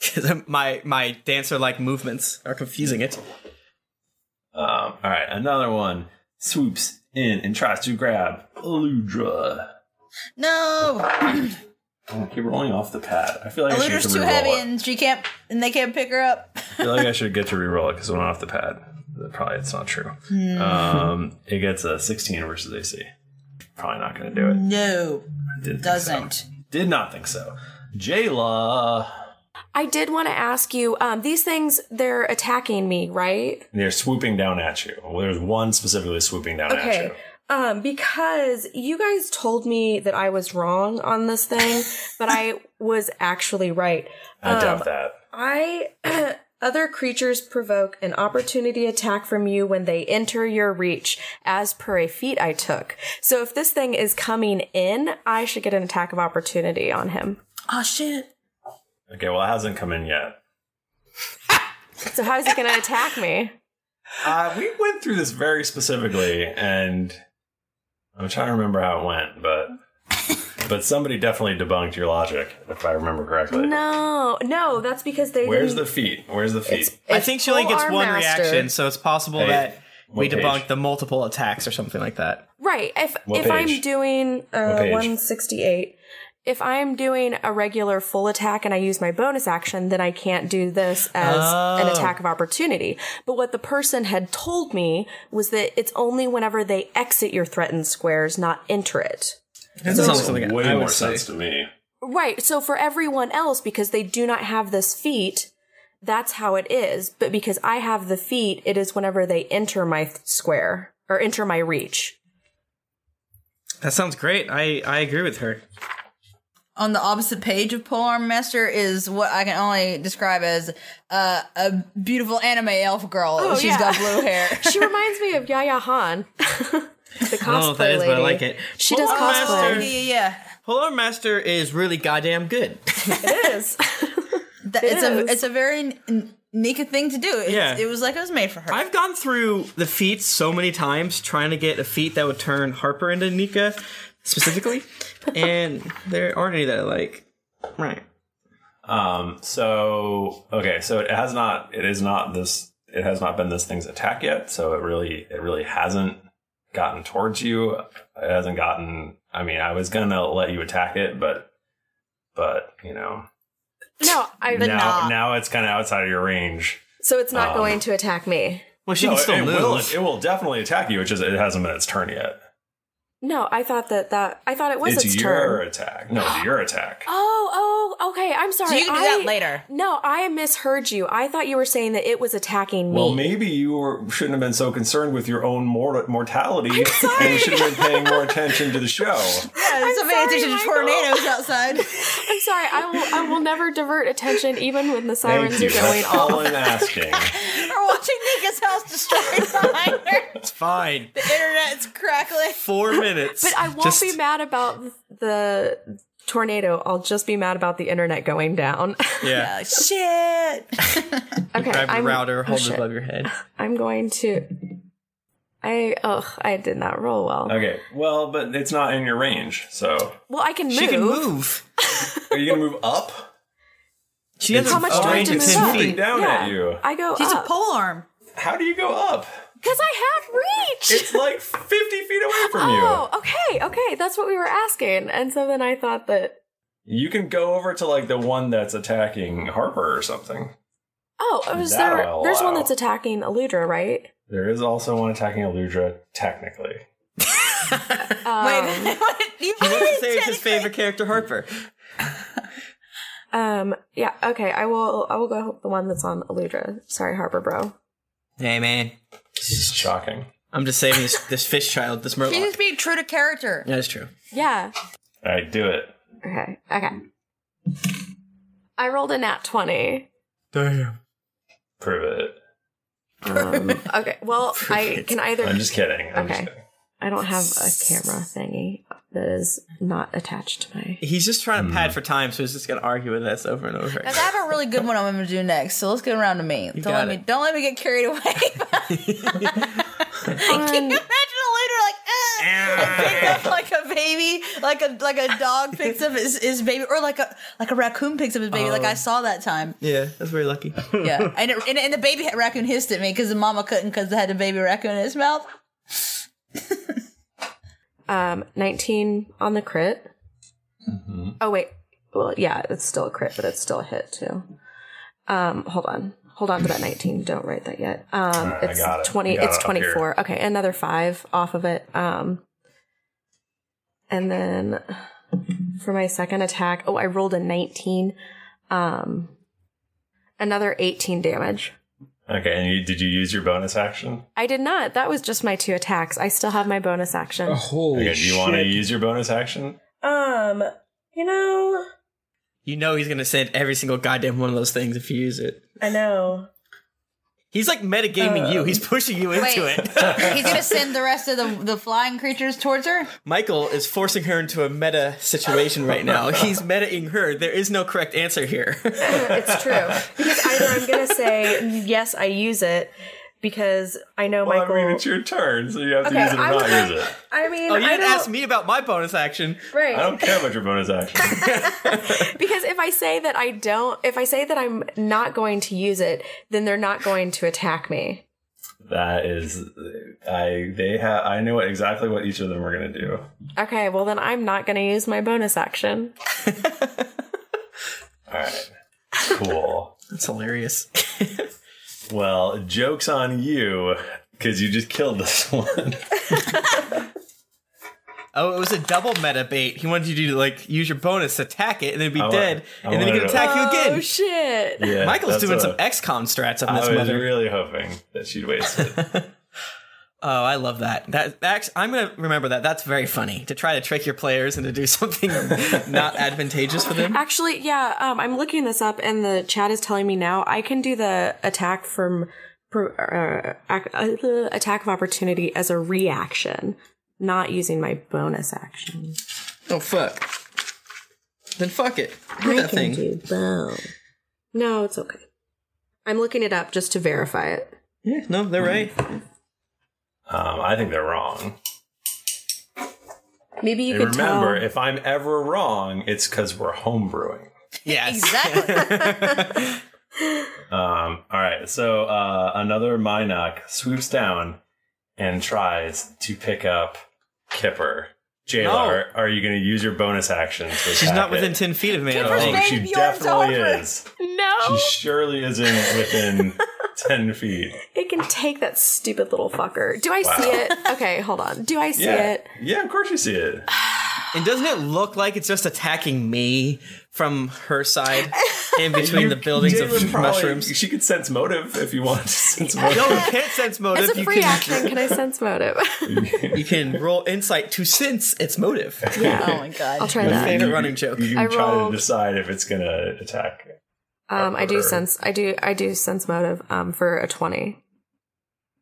B: Because my my dancer like movements are confusing it.
A: um all right another one swoops in and tries to grab Aludra
C: No,
A: I Oh, keep rolling off the pad I feel like I should get
C: Eluder's Oh, too
A: to reroll
C: heavy,
A: it
C: and she can't, and they can't pick her up.
A: I feel like I should get to reroll it because it went off the pad probably it's not true
C: Hmm.
A: um it gets a 16 versus AC probably not gonna do it
C: No,
A: Didn't think
C: doesn't.
A: Did not think so. Jayla.
E: I did want to ask you um, these things, they're attacking me, right?
A: They're swooping down at you. Well, there's one specifically swooping down at
E: Okay.
A: you.
E: Um, because you guys told me that I was wrong on this thing, but I was actually right.
A: I
E: Um,
A: doubt that.
E: I other creatures provoke an opportunity attack from you when they enter your reach, as per a feat I took. So if this thing is coming in, I should get an attack of opportunity on him.
C: Oh shit!
A: Okay, well, it hasn't come in yet.
E: So how is it going to attack me?
A: Uh, we went through this very specifically, and I'm trying to remember how it went, but but somebody definitely debunked your logic, if I remember correctly.
E: No, no, that's because they.
A: Where's the
E: didn't-
A: feet? Where's the feet?
B: I think she only
E: full
B: gets
E: arm
B: one
E: master.
B: reaction, so it's possible
A: Hey,
B: that we
A: what page?
B: debunked the multiple attacks or something like that.
E: Right. If
B: What
E: if
B: page?
E: I'm doing
B: What
E: uh,
B: page?
E: 168, if I'm doing a regular full attack and I use my bonus action, then I can't do this as an
L: Oh.
E: attack of opportunity. But what the person had told me was that it's only whenever they exit your threatened squares, not enter it.
A: That
B: sounds
A: makes
B: like something
A: way
B: I would
A: more
B: say.
A: sense to me.
E: Right. So for everyone else, because they do not have this feat, that's how it is. But because I have the feat, it is whenever they enter my th- square or enter my reach.
B: That sounds great. I, I agree with her.
C: On the opposite page of Polearm Master is what I can only describe as uh, a beautiful anime elf girl.
E: Oh,
C: She's
E: yeah.
C: got blue hair.
E: she reminds me of Yaya Han, the cosplay
B: oh, that is what I
E: lady.
B: like it.
E: She does
B: Master-
E: cosplay.
C: yeah,
B: Polar Master is really goddamn good.
E: it is.
C: That- it's a it's a very n- Make a thing to do. It,
B: Yeah.
C: it was like it was made for her.
B: I've gone through the feats so many times trying to get a feat that would turn Harper into Nika specifically, and there aren't any that I like. Right.
A: Um. So okay. So it has not. It is not this. It has not been this thing's attack yet. So it really. It really hasn't gotten towards you. It hasn't gotten. I mean, I was gonna let you attack it, but. But you know.
E: No, I
A: now, now it's kind of outside of your range.
E: So it's not
A: Um,
E: going to attack me.
A: No, it, it Will, it will definitely attack you. It's just it hasn't been its turn yet.
E: No, I thought that that I thought it was
A: it's
E: its,
A: your
E: turn.
A: attack. No, it's your attack.
E: Oh, oh, okay. I'm sorry.
C: you can do
E: I-
C: that later.
E: No, I misheard you. I thought you were saying that it was attacking me.
A: Well, maybe you were, shouldn't have been so concerned with your own mor- mortality, and you should have been paying more attention to the show.
C: Yeah, there's so many attention to tornadoes outside.
E: I'm sorry. I will. I will never divert attention, even when the sirens are going
A: That's all
E: off.
A: I'm asking.
C: We're watching Nika's house destroyed behind her.
B: It's fine.
C: The internet's crackling.
B: Four minutes.
E: But I won't be mad about the tornado. I'll just be mad about the internet going down.
B: Yeah.
C: Oh, Shit.
E: okay.
B: Grab your
E: I'm,
B: router,
E: oh,
B: hold it
E: shit.
B: above your head.
E: I'm going to. I ugh. I did not roll well.
A: Okay, well, but it's not in your range, so
E: Well, I can move.
A: She can are you gonna move up?
B: She
E: How much do I have to move
A: It's
E: up?
A: moving down
E: Yeah.
A: at you.
E: I go.
C: She's
E: up.
C: a pole arm.
A: How do you go up?
E: Because I have reach.
A: It's like 50 feet away from
E: oh, okay, okay. That's what we were asking. And so then I thought that,
A: you. You can go over to like the one that's attacking Harper or something.
E: oh, it was
A: That
E: there,
A: I'll
E: there's one
A: allow.
E: that's attacking Aludra, right?
A: There is also one attacking Eludra, technically.
E: Um,
B: He
C: You
B: wants to save his favorite character, Harper.
E: um, yeah, okay. I will I will go help the one that's on Aludra. Sorry, Harper, bro.
B: Hey, man.
A: This is shocking.
B: I'm just saving this, this fish child, this
C: She's
B: murloc.
C: just being true to character.
B: That is true.
E: Yeah.
A: All right, do it.
E: Okay, okay. I rolled a nat 20.
B: Damn.
A: Prove it.
E: Um, okay, well, I can either.
A: I'm just kidding. I'm just
E: okay. I don't have a camera thingy that is not attached to my.
B: He's just trying to
A: Hmm.
B: pad for time, so he's just going to argue with us over and over.
C: Now, I have a really good one I'm going to do next, so let's get around to me. don't
B: got
C: let me
B: it.
C: don't let me get carried away. Can you imagine a later like eh, picked up like a baby, like a like a dog picks up his, his baby, or like a like a raccoon picks up his baby, like
B: Oh.
C: I saw that time.
B: Yeah, that's very lucky.
C: Yeah, and it, and, and the baby raccoon hissed at me because the mama couldn't because it had the baby raccoon in its mouth.
E: Um, 19 on the crit.
C: Mm-hmm.
E: Oh, wait. Well, yeah, it's still a crit, but it's still a hit, too. Um, hold on. Hold on to that 19. Don't write that yet. Um,
C: Alright, I
E: it's
C: got it.
E: 20.
C: I got
E: It's
C: it up here.
E: 24. Okay, another five off of it. Um, and then for my second attack, oh, I rolled a 19. Um, another 18 damage.
A: Okay, and you, did you use your bonus action?
E: I did not. That was just my two attacks. I still have my bonus action.
A: okay, do you want to use your bonus action?
C: Oh.
E: Um, you know,
B: You know he's going to send every single goddamn one of those things if you use it.
E: I know.
B: He's like metagaming you.
E: Uh,
B: He's pushing you into
C: Wait.
B: it.
C: He's gonna send the rest of the the flying creatures towards her.
B: Michael is forcing her into a meta situation right now. He's metaing her. There is no correct answer here.
E: it's true. Because either I'm gonna say yes, I use it because I know
A: Well,
E: Michael.
A: I mean, it's your turn, so you have to
E: Okay,
A: use it or
E: I
A: not
E: would
A: use
E: like-
A: it.
E: I mean,
B: oh, you
E: I
B: didn't
E: don't,
B: ask me about my bonus action.
E: Right.
A: I don't care about your bonus action.
E: because if I say that I don't, if I say that I'm not going to use it, then they're not going to attack me.
A: that is, I they have. I knew what, exactly what each of them were gonna do.
E: Okay, well then I'm not going to use my bonus action.
A: All right, cool.
B: That's hilarious.
A: well, jokes on you because you just killed this one.
B: Oh, it was a double meta bait. He wanted you to like use your bonus, attack it, and then be
A: I wa-
B: dead,
A: I
B: and then he
A: wanted
B: could
A: to-
B: attack you again.
E: Oh shit!
A: Yeah,
B: Michael's
A: that's
B: doing some
A: what-
B: XCOM strats on
A: I
B: this
A: was
B: mother.
A: really hoping that she'd waste it.
B: oh, I love that. That that's, I'm gonna remember that. That's very funny to try to trick your players into do something not advantageous for them.
E: Actually, yeah, um, I'm looking this up, and the chat is telling me now I can do the attack from per- uh, ac- uh, the attack of opportunity as a reaction, not using my bonus action.
B: Oh fuck. Then fuck it. Do
E: I
B: that
E: can
B: thing.
E: do both. No, it's okay. I'm looking it up just to verify it.
B: Yeah, no, they're right.
A: Um, I think they're wrong.
E: Maybe you
A: and
E: could
A: remember,
E: tell.
A: if I'm ever wrong, it's because we're homebrewing.
G: Yes.
A: Um, all right, so uh, another Minoc swoops down and tries to pick up Kipper. Jayla,
B: No.
A: are, are you going to use your bonus action? To
B: She's
A: attack
B: not
A: it?
B: within 10 feet of me. I
A: Oh,
B: don't think.
A: she definitely is. She
E: No.
A: surely isn't within 10 feet.
E: It can take that stupid little fucker. Do I
A: Wow.
E: see it? Okay, hold on. Do I see
B: Yeah.
E: it?
A: Yeah, of course you see it.
B: And doesn't it look like it's just attacking me from her side in between
A: You-
B: the buildings of
A: Jayla probably-
B: mushrooms?
A: She could sense motive if you want to sense
B: No,
A: motive.
B: you can't sense motive.
E: It's a
B: you
E: free
B: can,
E: action. Can I sense motive?
B: You can roll insight to sense its motive.
E: Yeah. Oh my
B: god.
E: I'll try
B: My
E: that.
B: favorite running joke.
A: You can
E: I
A: try
E: rolled-
A: to decide if it's going to attack.
E: Um, I do sense. I do. I do sense motive. Um, for a twenty.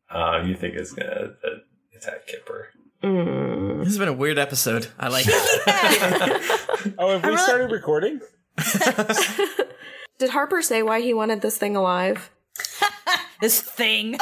A: Uh, you think it's going to uh, attack Kipper.
B: This has been a weird episode. I like it.
D: Oh, have we started recording?
E: Did Harper say why he wanted this thing alive?
C: this thing.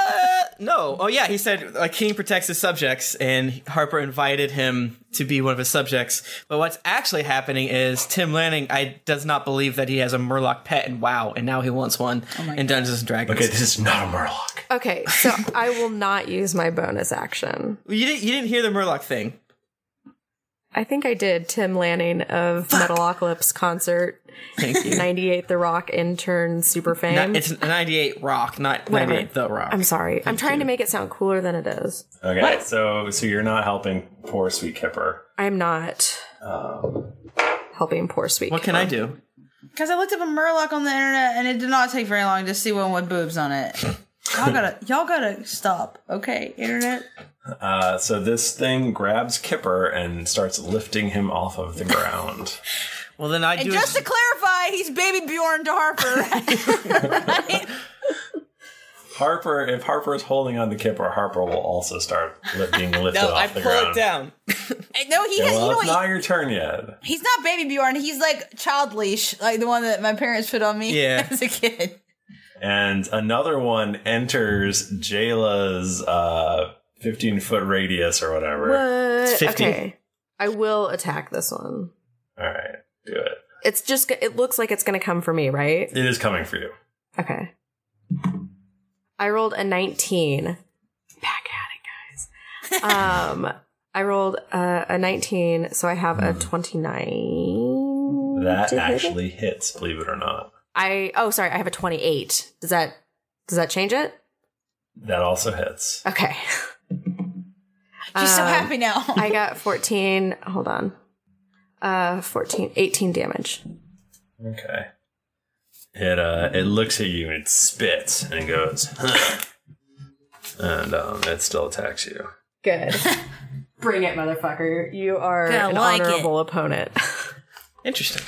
B: no. Oh yeah, he said a king protects his subjects, and Harper invited him to be one of his subjects. But what's actually happening is Tim Lanning I does not believe that he has a Murloc pet and WoW, and now he wants one
C: Oh
B: in Dungeons and Dragons.
A: Okay, this is not a Murloc.
E: Okay, so I will not use my bonus action.
B: You didn't. You didn't hear the Murloc thing.
E: I think I did Tim Lanning of Metalocalypse concert.
B: Thank you.
E: 98 The Rock intern super fame.
B: Not- it's a 98 rock, not
E: Whatever.
B: 98 the rock.
E: I'm sorry. I'm trying to make it sound cooler than it is.
A: Okay, so so you're not helping poor sweet Kipper. Um,
E: I'm not helping poor sweet.
B: What can I do?
C: Because I looked up a Murloc on the internet and it did not take very long to see one with boobs on it. Y'all gotta, y'all gotta stop, okay, internet?
A: Uh, so this thing grabs Kipper and starts lifting him off of the ground.
B: well, then I
C: and just to clarify, he's baby Bjorn to Harper.
A: Harper, if Harper is holding on to Kipper, Harper will also start li- being lifted
B: No,
A: off
B: I
A: the
B: pull
A: ground.
B: it down.
C: Hey, no, he
A: Okay, well,
C: has, you know
A: it's
C: what?
A: not your turn yet.
C: he's not baby Bjorn. He's like child leash, like the one that my parents put on me
A: Yeah.
C: as a kid.
A: And another one enters Jayla's uh, 15 foot radius or whatever. It's
E: What?
A: 50.
E: Okay. I will attack this one.
A: All right, do it.
E: It's just, go- it looks like it's going to come for me, right?
A: It is coming for you.
E: Okay. I rolled a 19. Back at it, guys. Um, I rolled uh, a 19, so I have a 29.
A: Hmm. That
E: Did it hit it?
A: actually hits, believe it or not.
E: I oh sorry, I have a 28. Does that does that change it?
A: That also hits.
E: Okay. Um,
C: She's so happy now.
E: I got 14. Hold on. Uh 14 18 damage.
A: Okay. It uh, it looks at you and it spits and it goes, "Huh." and um, it still attacks you.
E: Good. Bring it, motherfucker. You are
B: Gonna
E: an
B: like it.
E: honorable opponent.
B: Interesting.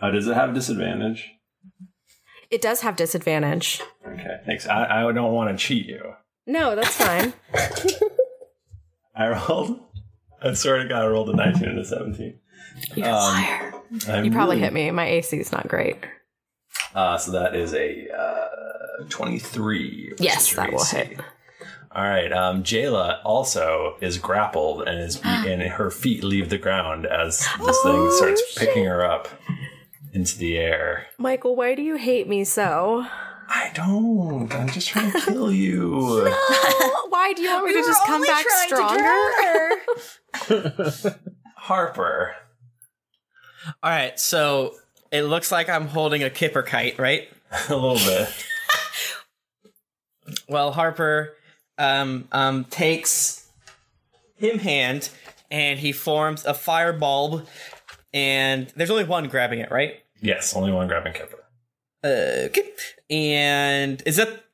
A: Uh, does it have disadvantage?
E: It does have disadvantage.
A: Okay, thanks. I, I don't want to cheat you.
E: No, that's fine.
A: I rolled. I swear to God, I rolled a 19 and a Um, 17.
E: You
A: liar.
E: you probably hit me. My AC is not great.
A: Uh, so that is a uh, 23. versus
E: Yes,
A: your
E: that will
A: AC.
E: hit.
A: All right. Um, Jayla also is grappled and is
E: Ah.
A: and her feet leave the ground as this
E: Oh,
A: thing starts picking her up into the air.
E: Michael, why do you hate me so?
A: I don't. I'm just trying to kill you.
E: why do you want me
C: We
E: to
C: were
E: just come
C: only
E: back
C: trying to
E: stronger?
A: Harper.
B: All right, so it looks like I'm holding a kipper kite, right?
A: a little bit.
B: Well, Harper um, um, takes him hand and he forms a firebulb, and there's only one grabbing it, right? Uh,
A: Yes, only one grabbing Kipper.
B: Okay. And is that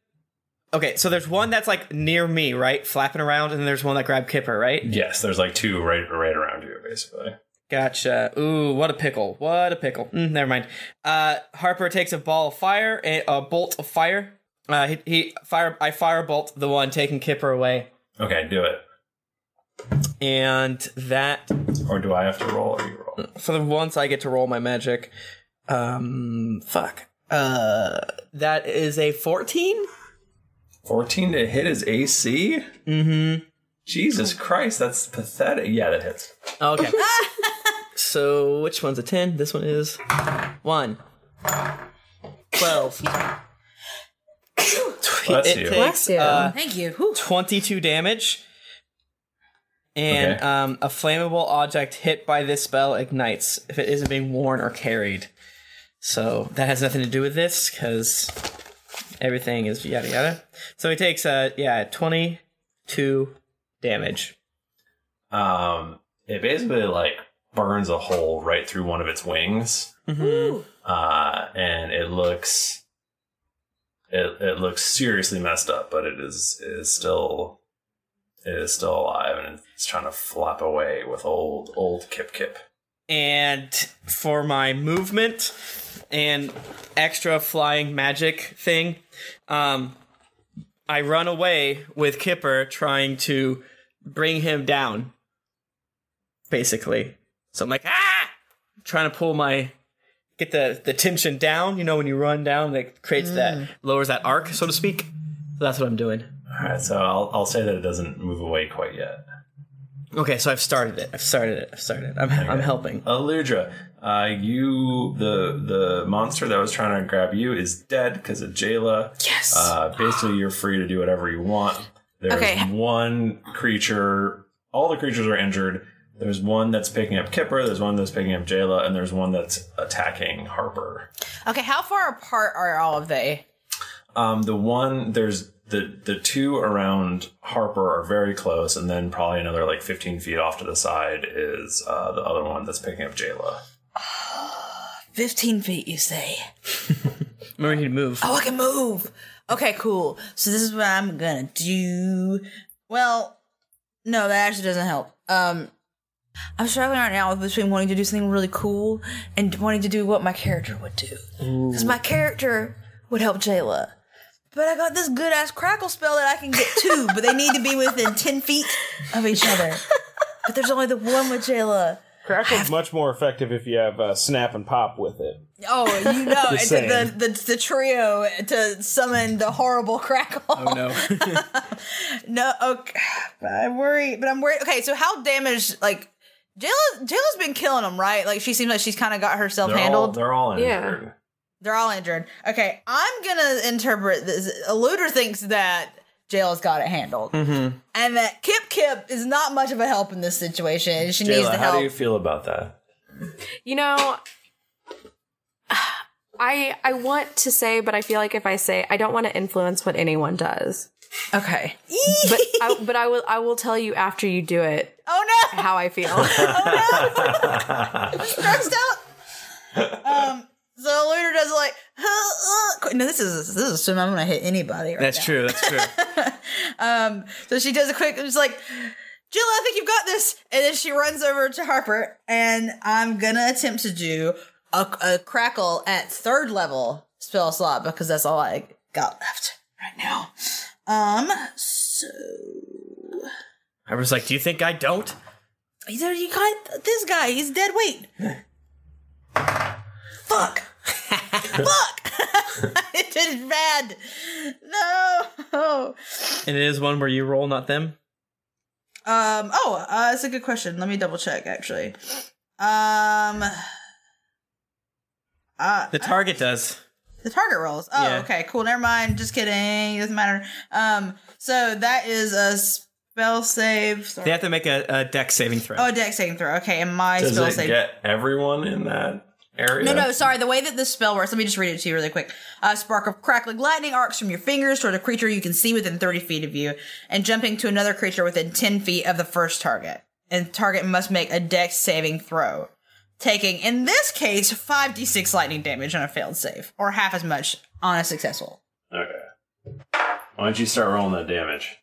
B: okay? So there's one that's like near me, right, flapping around, and there's one that grabbed Kipper, right?
A: Yes, there's like two right right around you, basically.
B: Gotcha. Ooh, what a pickle! What a pickle. Mm, never mind. Uh, Harper takes a ball of fire, a, a bolt of fire. Uh, he, he fire. I firebolt the one taking Kipper away,
A: Okay, do it.
B: and that.
A: Or do I have to roll? Or you roll?
B: For the once, I get to roll my magic. Um, fuck. Uh, that is a 14?
A: 14 to hit his AC?
B: Mm-hmm.
A: Jesus Christ, that's pathetic. Yeah, that hits.
B: Oh, Okay. so which one's a 10? This one is 1. 12.
A: Bless
B: it
A: you.
B: Takes, uh,
C: Thank you. Whew.
B: 22 damage. And
A: Okay.
B: um, a flammable object hit by this spell ignites if it isn't being worn or carried. So that has nothing to do with this because everything is yada yada. So he takes uh yeah twenty two damage.
A: Um, it basically like burns a hole right through one of its wings,
D: Mm-hmm.
A: uh, and it looks it it looks seriously messed up, but it is it is still it is still alive and it's trying to flop away with old old Kip Kip.
B: And for my movement and extra flying magic thing, um, I run away with Kipper, trying to bring him down. Basically, so I'm like ah, trying to pull my get the the tension down. You know, when you run down, that creates
A: Mm.
B: that lowers that arc, so to speak. So that's what I'm doing.
A: All right, so I'll I'll say that it doesn't move away quite yet.
B: Okay, so I've started it. I've started it. I've started it. I'm, I'm helping.
A: Aludra, uh, you the the monster that was trying to grab you is dead because of Jayla.
C: Yes.
A: Uh, basically, you're free to do whatever you want. There's
C: Okay.
A: one creature. All the creatures are injured. There's one that's picking up Kipper. There's one that's picking up Jayla, and there's one that's attacking Harper.
C: Okay, how far apart are all of they?
A: Um, the one there's the the two around Harper are very close, and then probably another like 15 feet off to the side is uh, the other one that's picking up Jayla.
C: 15 feet, you say?
B: Remember, you need to move.
C: Oh, I can move. Okay, cool. So this is what I'm gonna do. Well, no, that actually doesn't help. Um, I'm struggling right now between wanting to do something really cool and wanting to do what my character would do. Because my character would help Jayla. But I got this good ass crackle spell that I can get two, but they need to be within 10 feet of each other. But there's only the one with Jayla.
D: Crackle's much more effective if you have uh, snap and pop with it.
C: Oh, you know,
D: Just
C: it's
D: saying.
C: the, the the trio to summon the horrible crackle.
D: Oh, no.
C: No, okay. I'm worried, but I'm worried. Okay, so how damaged? Like, Jayla, Jayla's been killing them, right? Like, she seems like she's kind of got herself
A: They're all-
C: handled.
A: they're all injured. Yeah.
C: They're all injured. Okay, I'm gonna interpret this. Eluder thinks that Jayla's got it handled,
A: Mm-hmm.
C: and that Kip Kip is not much of a help in this situation. and She needs
A: Jayla,
C: the
A: how do
C: help.
A: you feel about that?
E: You know, I I want to say, but I feel like if I say, I don't want to influence what anyone does.
C: Okay.
E: but I, but I will I will tell you after you do it.
C: Oh
E: no! How I feel.
C: stressed out. Um, so Eluder does like, huh, uh, no, this is this is assume I'm gonna hit anybody. Right
B: That's true. That's true.
C: Um, so she does a quick, it's like, Jill, I think you've got this. And then she runs over to Harper, and I'm gonna attempt to do a, a crackle at third level spell slot because that's all I got left right now. Um, so
B: I was like, do you think I don't?
C: he's already got this guy, he's dead weight. Fuck. Fuck! it did bad. No.
B: And it is one where you roll, not them.
C: Um. Oh, uh, that's a good question. Let me double check. Actually, um, uh,
B: The target does.
C: the target rolls. Oh,
B: Yeah.
C: okay, cool. Never mind. Just kidding. It doesn't matter. Um. So that is a spell save. Sorry.
B: They have to make a, a deck saving throw.
C: oh, a deck saving throw. Okay, and my
A: Does
C: spell
A: it
C: save.
A: get everyone in that area?
C: No, no, sorry. The way that this spell works, let me just read it to you really quick. A spark of crackling lightning arcs from your fingers toward a creature you can see within 30 feet of you, and jumping to another creature within 10 feet of the first target. And target must make a dex saving throw, taking, in this case, 5d6 lightning damage on a failed save, or half as much on a successful.
A: Okay. Why don't you start rolling that damage?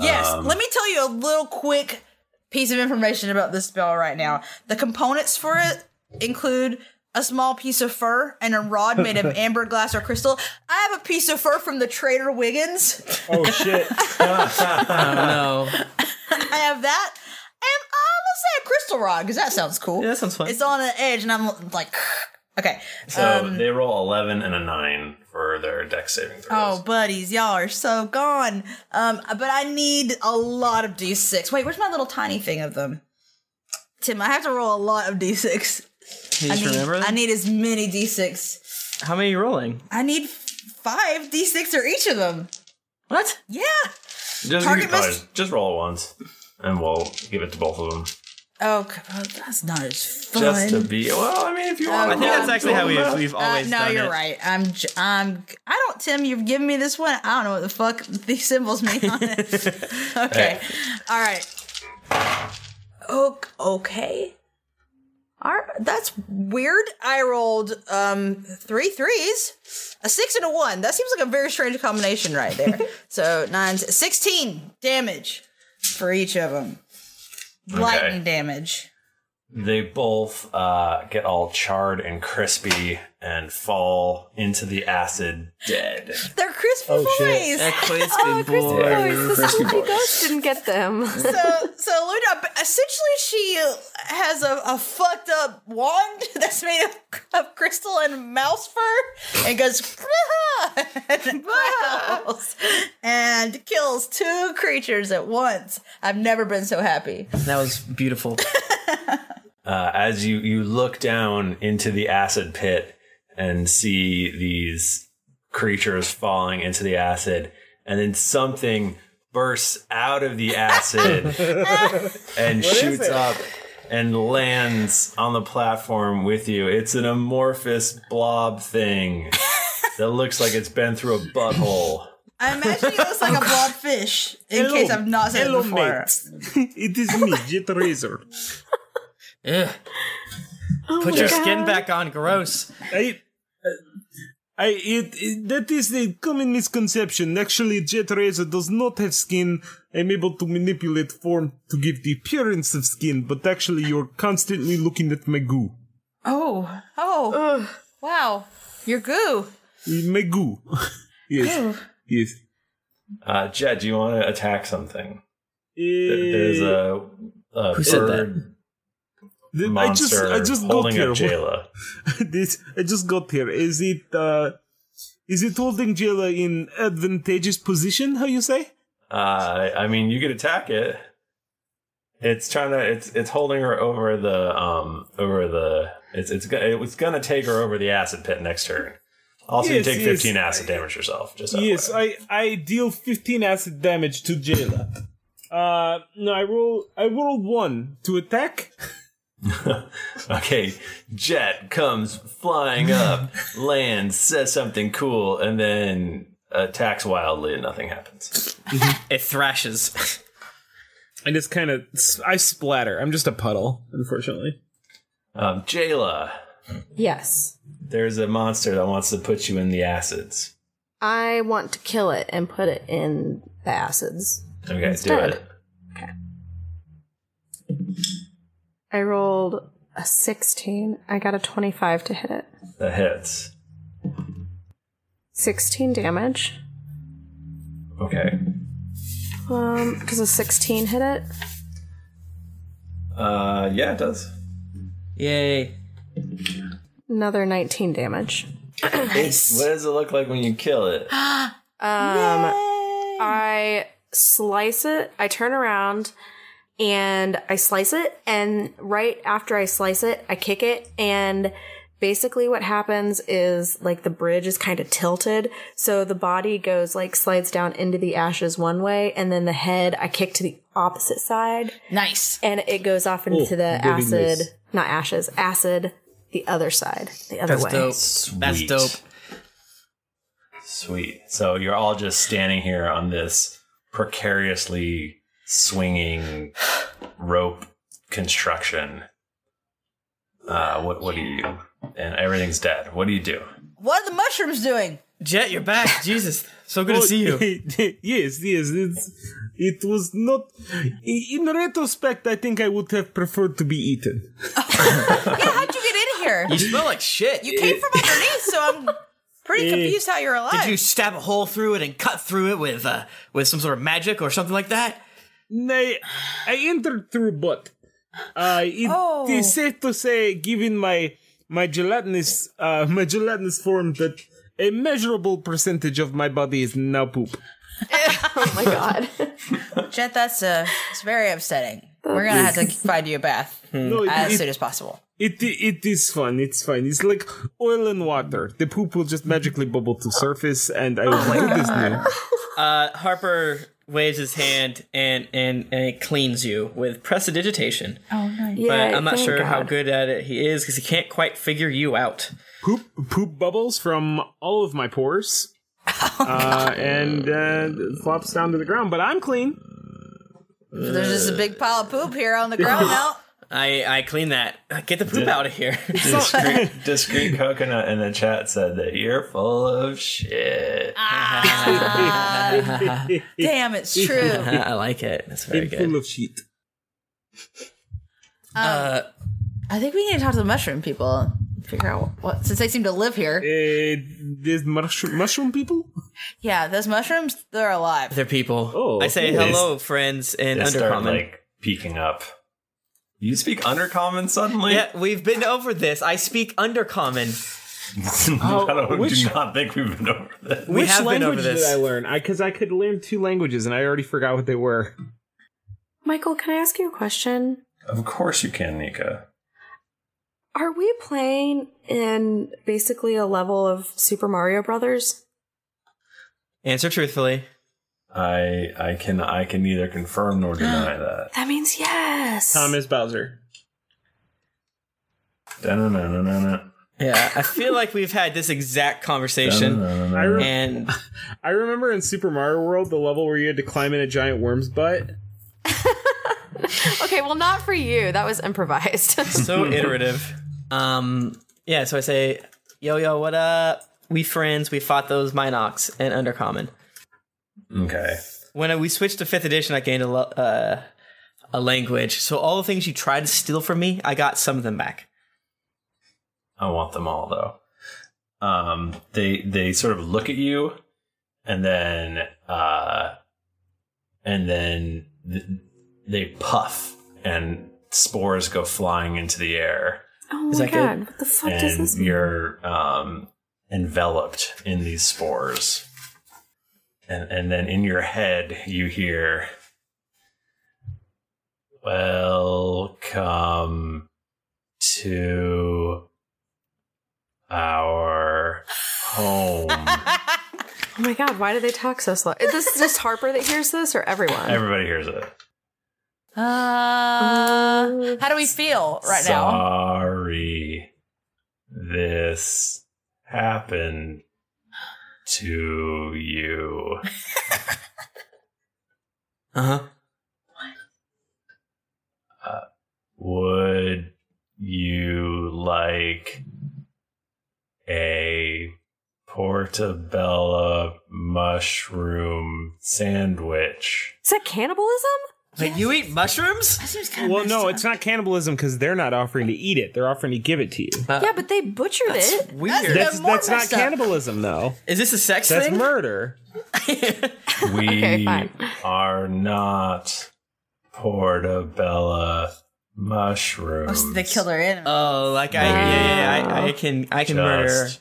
C: Yes,
A: Um,
C: let me tell you a little quick piece of information about this spell right now. The components for it include a small piece of fur and a rod made of amber glass or crystal. I have a piece of fur from the trader Wiggins.
D: Oh shit!
B: oh no!
C: I have that. And uh, let's say a crystal rod because that sounds cool.
B: Yeah, that sounds fun.
C: It's on an edge, and I'm like, Okay.
A: So
C: Um,
A: they roll 11 and a 9 for their deck saving throw.
C: Oh, buddies, y'all are so gone. Um, but I need a lot of d6. Wait, where's my little tiny thing of them? Tim, I have to roll a lot of d6.
B: Can you
C: I
B: just
C: need,
B: remember them?
C: I need as many d6.
B: How many are you rolling?
C: I need f- five d6 or each of them.
B: What?
C: Yeah.
A: Just,
C: Target
A: you can probably
C: miss-
A: just roll it once, and we'll give it to both of them.
C: Oh, c- well, that's not as fun. Oh,
A: Just to be. Well, I mean, if you want
B: I
A: to.
B: think that's actually how we've- we've
C: Uh,
B: always
C: no,
B: done
C: you're
B: it.
C: right. I'm, j- I'm, I don't, Tim. You've given me this one. I don't know what the fuck these symbols mean on it. okay, all right. O- okay. All right. That's weird. I rolled um three threes, a six and a one. That seems like a very strange combination right there. so nine, 16 damage for each of them.
A: Okay.
C: Lightning damage.
A: They both uh, get all charred and crispy and fall into the acid dead.
C: They're crispy
A: Oh,
C: boys.
A: shit. They're crispy Oh, crispy boys. boys. The Crispy spooky boys.
C: ghost
E: didn't get them.
C: so, so Luna, essentially, she has a, a fucked up wand that's made of, of crystal and mouse fur, and goes and growls and kills two creatures at once. I've never been so happy.
B: That was beautiful.
A: uh, as you you look down into the acid pit and see these creatures falling into the acid, and then something bursts out of the acid and
D: What is
A: shoots
D: it?
A: up and lands on the platform with you. It's an amorphous blob thing that looks like it's been through a butthole.
C: I imagine it looks like a blob fish. In case I've not said it before.
D: it is me, Jet Razor.
B: Ugh. Put
C: Oh
D: my
B: your skin
D: God.
B: back on. Gross.
D: I, I, it, it- that is the common misconception. Actually, Jet Razor does not have skin. I'm able to manipulate form to give the appearance of skin, but actually, you're constantly looking at my goo.
C: Oh, oh, wow! Your goo.
D: My goo. yes.
C: Goo.
D: Yes.
A: Uh, Jed, do you want to attack something? There- There's a, a
D: Who said that?
A: bird
D: Th- I just-
A: monster
D: I just got
A: holding up
D: here.
A: Jayla.
D: this I just got here. Is it uh is it holding Jela in advantageous position, how you say?
A: Uh, I mean, you could attack it. It's trying to. It's it's holding her over the um over the. It's it's go- it was gonna take her over the acid pit next turn. Also,
D: Yes,
A: you take
D: yes.
A: fifteen acid damage yourself. Just
D: yes, I, I deal fifteen acid damage to Jela. Uh no, I roll I rolled one to attack.
A: okay. Jet comes flying up, lands, says something cool, and then attacks wildly, and nothing happens.
B: Mm-hmm. It thrashes.
D: I just kind of I splatter. I'm just a puddle, unfortunately.
A: Um, Jayla,
H: Yes.
A: there's a monster that wants to put you in the acids.
H: I want to kill it and put it in the acids.
A: Okay,
H: Instead.
A: do it.
H: I rolled a 16. I got a 25 to hit it.
A: That hits.
H: 16 damage.
A: Okay.
H: Um, because a 16 hit it.
A: Uh, yeah, it does.
B: Yay.
H: Another 19 damage.
A: It's, what does it look like when you kill it?
H: um, I slice it. I turn around and I slice it. And right after I slice it, I kick it. And basically, what happens is like the bridge is kind of tilted. So the body goes like slides down into the ashes one way. And then the head I kick to the opposite side.
C: Nice.
H: And it goes off into
B: Oh,
H: the
B: very
H: acid,
B: nice.
H: not ashes, acid, the other side, the other
B: That's
H: way.
B: dope. That's
A: Sweet.
B: dope.
A: Sweet. So you're all just standing here on this precariously swinging rope construction. Uh, what what do you do? And everything's dead. What do you do?
C: What are the mushrooms doing?
B: Jet, you're back. Jesus. So
C: good to see you.
D: yes, yes. It's, it was not. i- In retrospect, I think I would have preferred to be eaten.
C: Yeah, how'd you get in here?
D: You smell like
B: shit.
C: You came from underneath, so I'm pretty
B: Eh.
C: confused how you're alive.
B: Did you stab a hole through it and cut through it with uh, with some sort of magic or something like that?
D: Nay, I entered through butt. Uh, it is safe to say, given my my gelatinous, uh, my gelatinous form that a measurable percentage of my body is now poop.
C: Jet, that's uh, it's very upsetting. We're gonna have to find you a bath
D: No, it-
C: as
D: it-
C: soon as possible.
D: It it is fun. It's fine. It's like oil and water. The poop will just magically bubble to surface, and I was like, "This new."
B: Uh, Harper waves his hand and, and, and it cleans you with prestidigitation.
C: Oh, nice.
B: but I'm not sure how good at it he is because he can't quite figure you out.
D: Poop poop bubbles from all of my pores,
C: Oh,
D: uh, and uh, it flops down to the ground. But I'm clean.
C: There's just a big pile of poop here on the ground now.
B: I, I clean that. Get the poop out of here.
A: Discreet, discreet coconut in the chat said that you're full of shit.
C: Ah. Damn, it's true.
B: I like it. That's very
D: Been
B: good.
D: full of shit.
C: Uh, I think we need to talk to the mushroom people. and Figure out what since they seem to live here.
D: Uh, there's mushroom mushroom people.
C: Yeah, those mushrooms, they're alive.
B: They're people.
D: Oh,
B: I say
A: okay.
B: hello, friends, in
A: They start,
B: Undercommon.
A: like, peeking up. You speak Undercommon suddenly?
B: Yeah, we've been over this. I speak Undercommon.
A: I
D: Oh,
A: don't,
D: which-
A: do not think we've been over this.
B: We
D: Which
B: have been
D: language
B: over this.
D: did I learn? I because I could learn two languages, and I already forgot what they were.
H: Michael, can I ask you a question?
A: Of course you can, Nika.
H: Are we playing in basically a level of Super Mario Brothers?
B: Answer truthfully.
A: I I can I can neither confirm nor deny that.
H: That means yes.
D: Thomas Bowser.
A: Da-na-na-na-na-na.
B: Yeah, I feel like we've had this exact conversation.
A: I
D: re-
B: and
D: I remember in Super Mario World the level where you had to climb in a giant worm's butt.
H: Okay, well, not for you. That was improvised. Oh
B: so iterative. Hmm. Um, yeah. So I say, yo, yo, what up? We friends. We fought those Minox and Undercommon.
A: Okay.
B: When I- we switched to fifth edition, I gained a lo- uh, a language. So all the things you tried to steal from me, I got some of them back.
A: I want them all though. Um, they they sort of look at you, and then uh, and then th- they puff, and spores go flying into the air.
H: Oh
A: Is
H: my
A: that good?
H: god, what the fuck
A: and
H: does this mean?
A: you're um, enveloped in these spores, and and then in your head you hear, "Welcome to our home."
H: Oh my god, why do they talk so slow? Is this just Harper that hears this or everyone?
A: Everybody hears it.
C: Uh, how do we feel right now?
A: Sorry, this happened to you.
B: uh-huh.
A: Uh, Would you like a portobello mushroom sandwich?
H: Is that cannibalism?
B: Wait, you eat mushrooms?
C: That seems
D: Well, no, it's not cannibalism because they're not offering to eat it; they're offering to give it to you.
H: yeah, but they butchered it.
B: Uh, Weird.
D: Uh, That's that's not cannibalism, though.
B: Is this a sex
D: That's
B: thing?
D: murder.
A: We
H: Okay, fine.
A: are not portobello mushrooms.
C: They killed our enemy.
B: Oh, like I, yeah, yeah, I, I can, I can
A: Just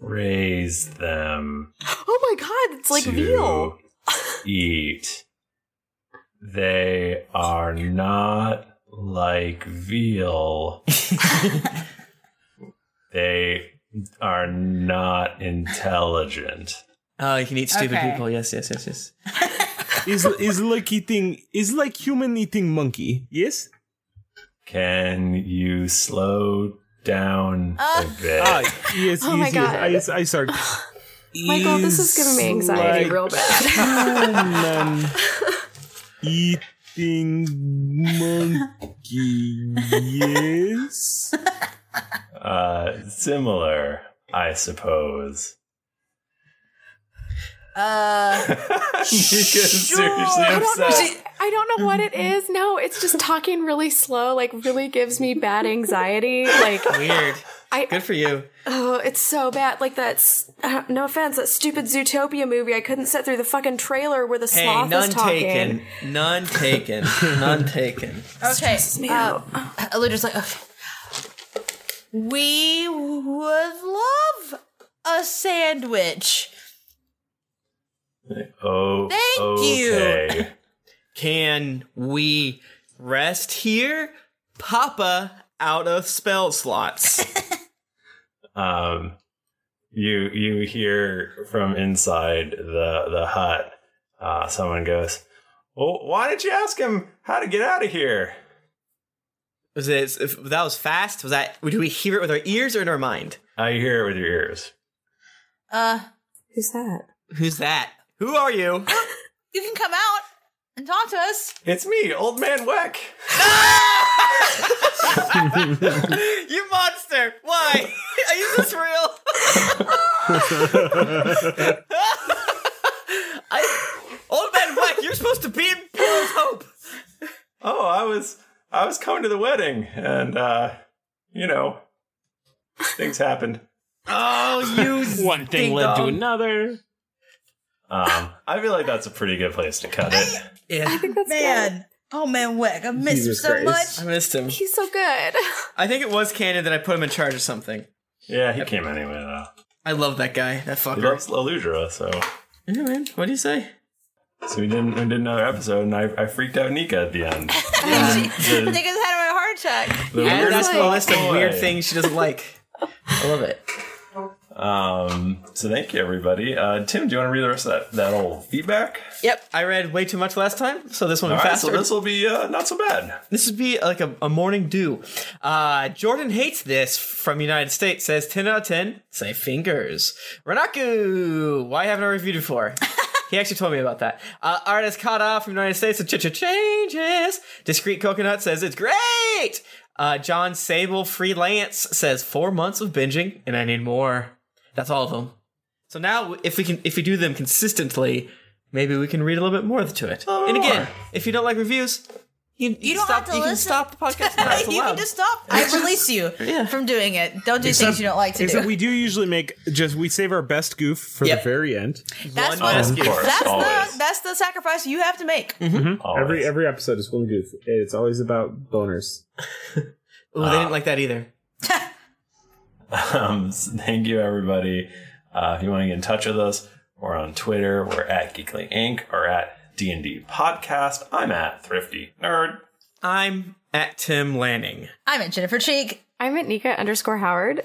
B: murder.
A: Raise them.
H: Oh my god, it's like
A: to
H: veal.
A: eat. They are not like veal. they are not intelligent.
B: Oh, you can eat stupid
C: Okay.
B: people. Yes, yes, yes, yes.
D: is is like eating is like human eating monkey. Yes.
A: Can you slow down a bit?
D: Ah, yes.
H: Uh. Oh my
D: yes,
H: God.
D: Yes, I, I sorry.
H: Michael, this is giving me anxiety
D: like
H: real bad.
D: Human eating monkey. Yes.
A: Uh, similar, I suppose.
C: Uh,
A: Nika's seriously
H: I don't, know,
A: upset.
H: I don't know what it is. No, it's just talking really slow, like really gives me bad anxiety. Like,
B: Weird.
H: I-
B: Good for you.
H: oh, it's so bad. Like that's uh, no offense, that stupid Zootopia movie. I couldn't sit through the fucking trailer where the
B: Hey,
H: sloth
B: none
H: was talking.
B: taken. None taken. none taken.
C: okay.
H: me
C: Uh, Eludra's like, okay. We would love a sandwich.
A: Oh,
C: Thank
A: okay.
B: you. Can we rest here? Papa out of spell slots.
A: um you you hear from inside the the hut uh someone goes well why didn't you ask him how to get out of here
B: was it if that was fast? Was that do we hear it with our ears or in our mind?
A: i hear it with your ears
C: Uh,
E: who's that?
B: Who's that? Who are you?
C: You can come out and talk to us.
A: it's me old man weck
B: you monster! Why? Is this real? Old man Wack, you're supposed to be in Pillar of Hope.
A: oh i was i was coming to the wedding and uh you know things happened
B: Oh, you
A: one
B: thing led to
A: another um i feel like that's a pretty good place to cut it
C: I think that's man. Oh man, Weck, I miss
A: Jesus
C: him so
A: Christ.
C: much.
B: I missed him.
E: He's so good.
B: I think it was canon that I put him in charge of something.
A: yeah he came anyway though
B: I love that guy. That
A: he
B: fucker.
A: loves Aludra, so
B: Yeah, man. What do you say?
A: So we didn't we did another episode, and I, I freaked out Nika at the end.
C: I think I had a heart attack.
A: The
B: and
A: weirdest
B: that's the
A: little
B: list of weird
A: boy.
B: things she doesn't like. I love it.
A: Um, so thank you everybody. Uh, Tim, do you want to read the rest of that, that old feedback?
B: Yep, I read way too much last time, so this one
A: All right,
B: faster.
A: so this will be uh, not so bad.
B: This would be like a, a morning dew. Uh, Jordan hates this from United States. Says ten out of ten. Say fingers. Renaku, why haven't I reviewed it before? he actually told me about that. Uh, artist Kata from United States of Chicha changes. Discreet Coconut says it's great. Uh, John Sable freelance says four months of binging and I need more. That's all of them. So now, if we can, if we do them consistently, maybe we can read a little bit more to it. And again, if you don't like reviews, you,
C: You don't
B: stop,
C: have to
B: you
C: listen.
B: Can stop the podcast. now. It's
C: you
B: allowed.
C: can just stop. I release you from doing it. Don't do things you don't like to
D: except
C: do.
D: we do usually make just we save our best goof for the very end.
B: Mm-hmm.
C: That's what. that's the that's the sacrifice you have to make.
D: Mm-hmm. Every every episode is one goof. It's always about boners.
B: Ooh, they
D: Ah.
B: didn't like that either.
A: Um, so thank you everybody. Uh, if you want to get in touch with us, we're on Twitter. We're at Geekly Inc. or at D and D Podcast. I'm at Thrifty Nerd.
B: I'm at Tim Lanning.
C: I'm at Jennifer Cheek.
E: I'm at Nika underscore Howard.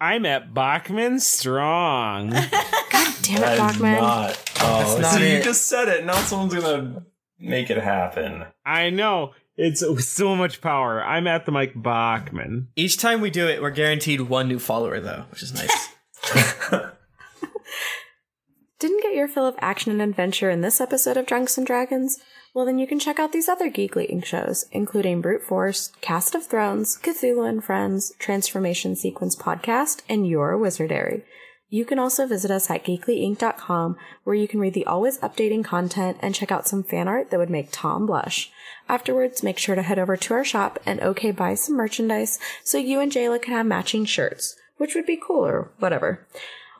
D: I'm at Bachman Strong. God
E: damn
A: That is not. Oh,
D: That's not
A: see, you
D: it.
A: just said it. Now someone's gonna make it happen.
D: I know. It's with so much power. I'm at the Mike Bachman.
B: Each time we do it, we're guaranteed one new follower though, which is nice.
E: Didn't get your fill of action and adventure in this episode of Drunks and Dragons? Well, then you can check out these other Geekly Inc. shows, including Brute Force, Cast of Thrones, Cthulhu and Friends, Transformation Sequence Podcast, and Your Wizardary. You can also visit us at geeklyinc.com, where you can read the always updating content and check out some fan art that would make Tom blush. Afterwards, make sure to head over to our shop and okay buy some merchandise so you and Jayla can have matching shirts, which would be cool or whatever.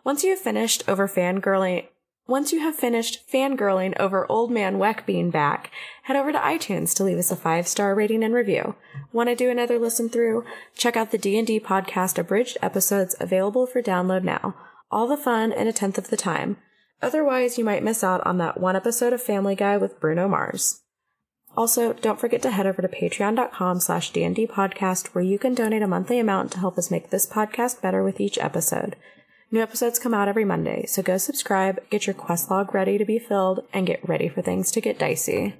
E: Once you have finished over fangirling, once you have finished fangirling over Old Man Weck being back, head over to iTunes to leave us a five star rating and review. Want to do another listen through? Check out the D and D podcast abridged episodes available for download now. All the fun in a tenth of the time. Otherwise, you might miss out on that one episode of Family Guy with Bruno Mars. Also, don't forget to head over to patreon.com slash dnd podcast where you can donate a monthly amount to help us make this podcast better with each episode. New episodes come out every Monday, so go subscribe, get your quest log ready to be filled, and get ready for things to get dicey.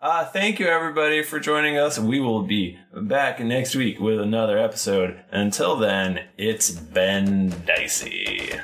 A: Uh, thank you, everybody, for joining us. We will be back next week with another episode. Until then, it's been dicey.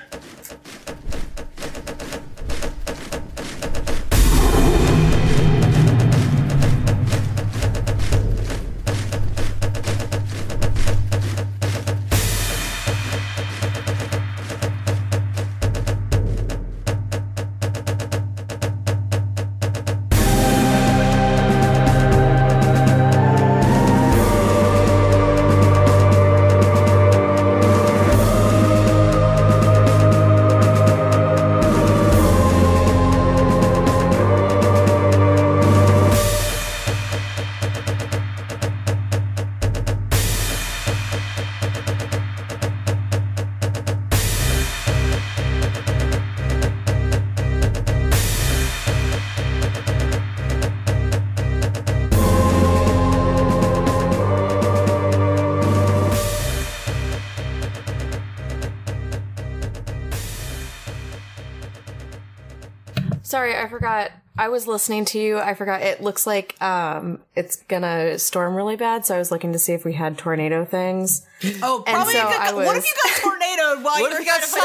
E: Sorry, I forgot. I was listening to you. I forgot. It looks like um, it's gonna storm really bad, so I was looking to see if we had tornado things.
C: Oh, probably a good- what if you got tornadoed while you were trying to find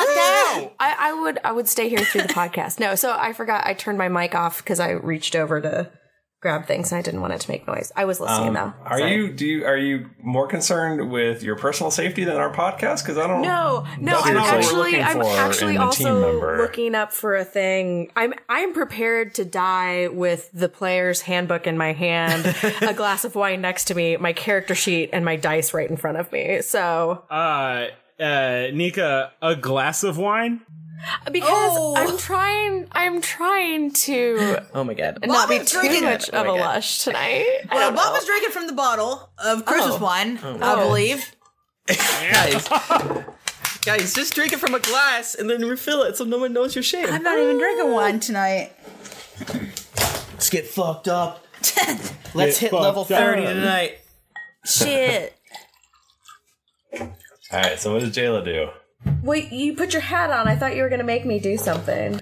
E: out? I, I would I would stay here through the podcast. No, so I forgot. I turned my mic off because I reached over to grab things and I didn't want it to make noise. I was listening
A: Um,
E: though.
A: Are you do you, are you more concerned with your personal safety than our podcast? Because I don't.
E: No, no,
A: Oh, that's
E: I'm
A: what we're
E: actually
A: looking
E: I'm
A: for
E: actually
A: in the team
E: also
A: member.
E: looking up for a thing. I'm I'm prepared to die with the player's handbook in my hand, a glass of wine next to me, my character sheet, and my dice right in front of me. So
D: Uh, uh, Nika, a glass of wine?
E: because I'm trying I'm trying to
D: Oh my god.
E: not be
C: Mama's
E: too
C: drinking-
E: much
C: Oh
E: of
C: my
E: a
C: God.
E: lush tonight. I
C: Well,
E: don't
C: Bob
E: know.
C: was drinking from the bottle of Christmas
E: Oh.
C: wine,
E: Oh.
C: I
E: Oh.
C: believe.
B: Guys, guys, just drink it from a glass and then refill it so no one knows you're shit.
C: I'm not even drinking wine tonight.
G: Let's get fucked up. Get
B: Let's hit level
G: fucked up.
B: 30 tonight.
C: Shit.
A: All right. So what does Jayla do?
E: Wait, you put your hat on. I thought you were gonna make me do something.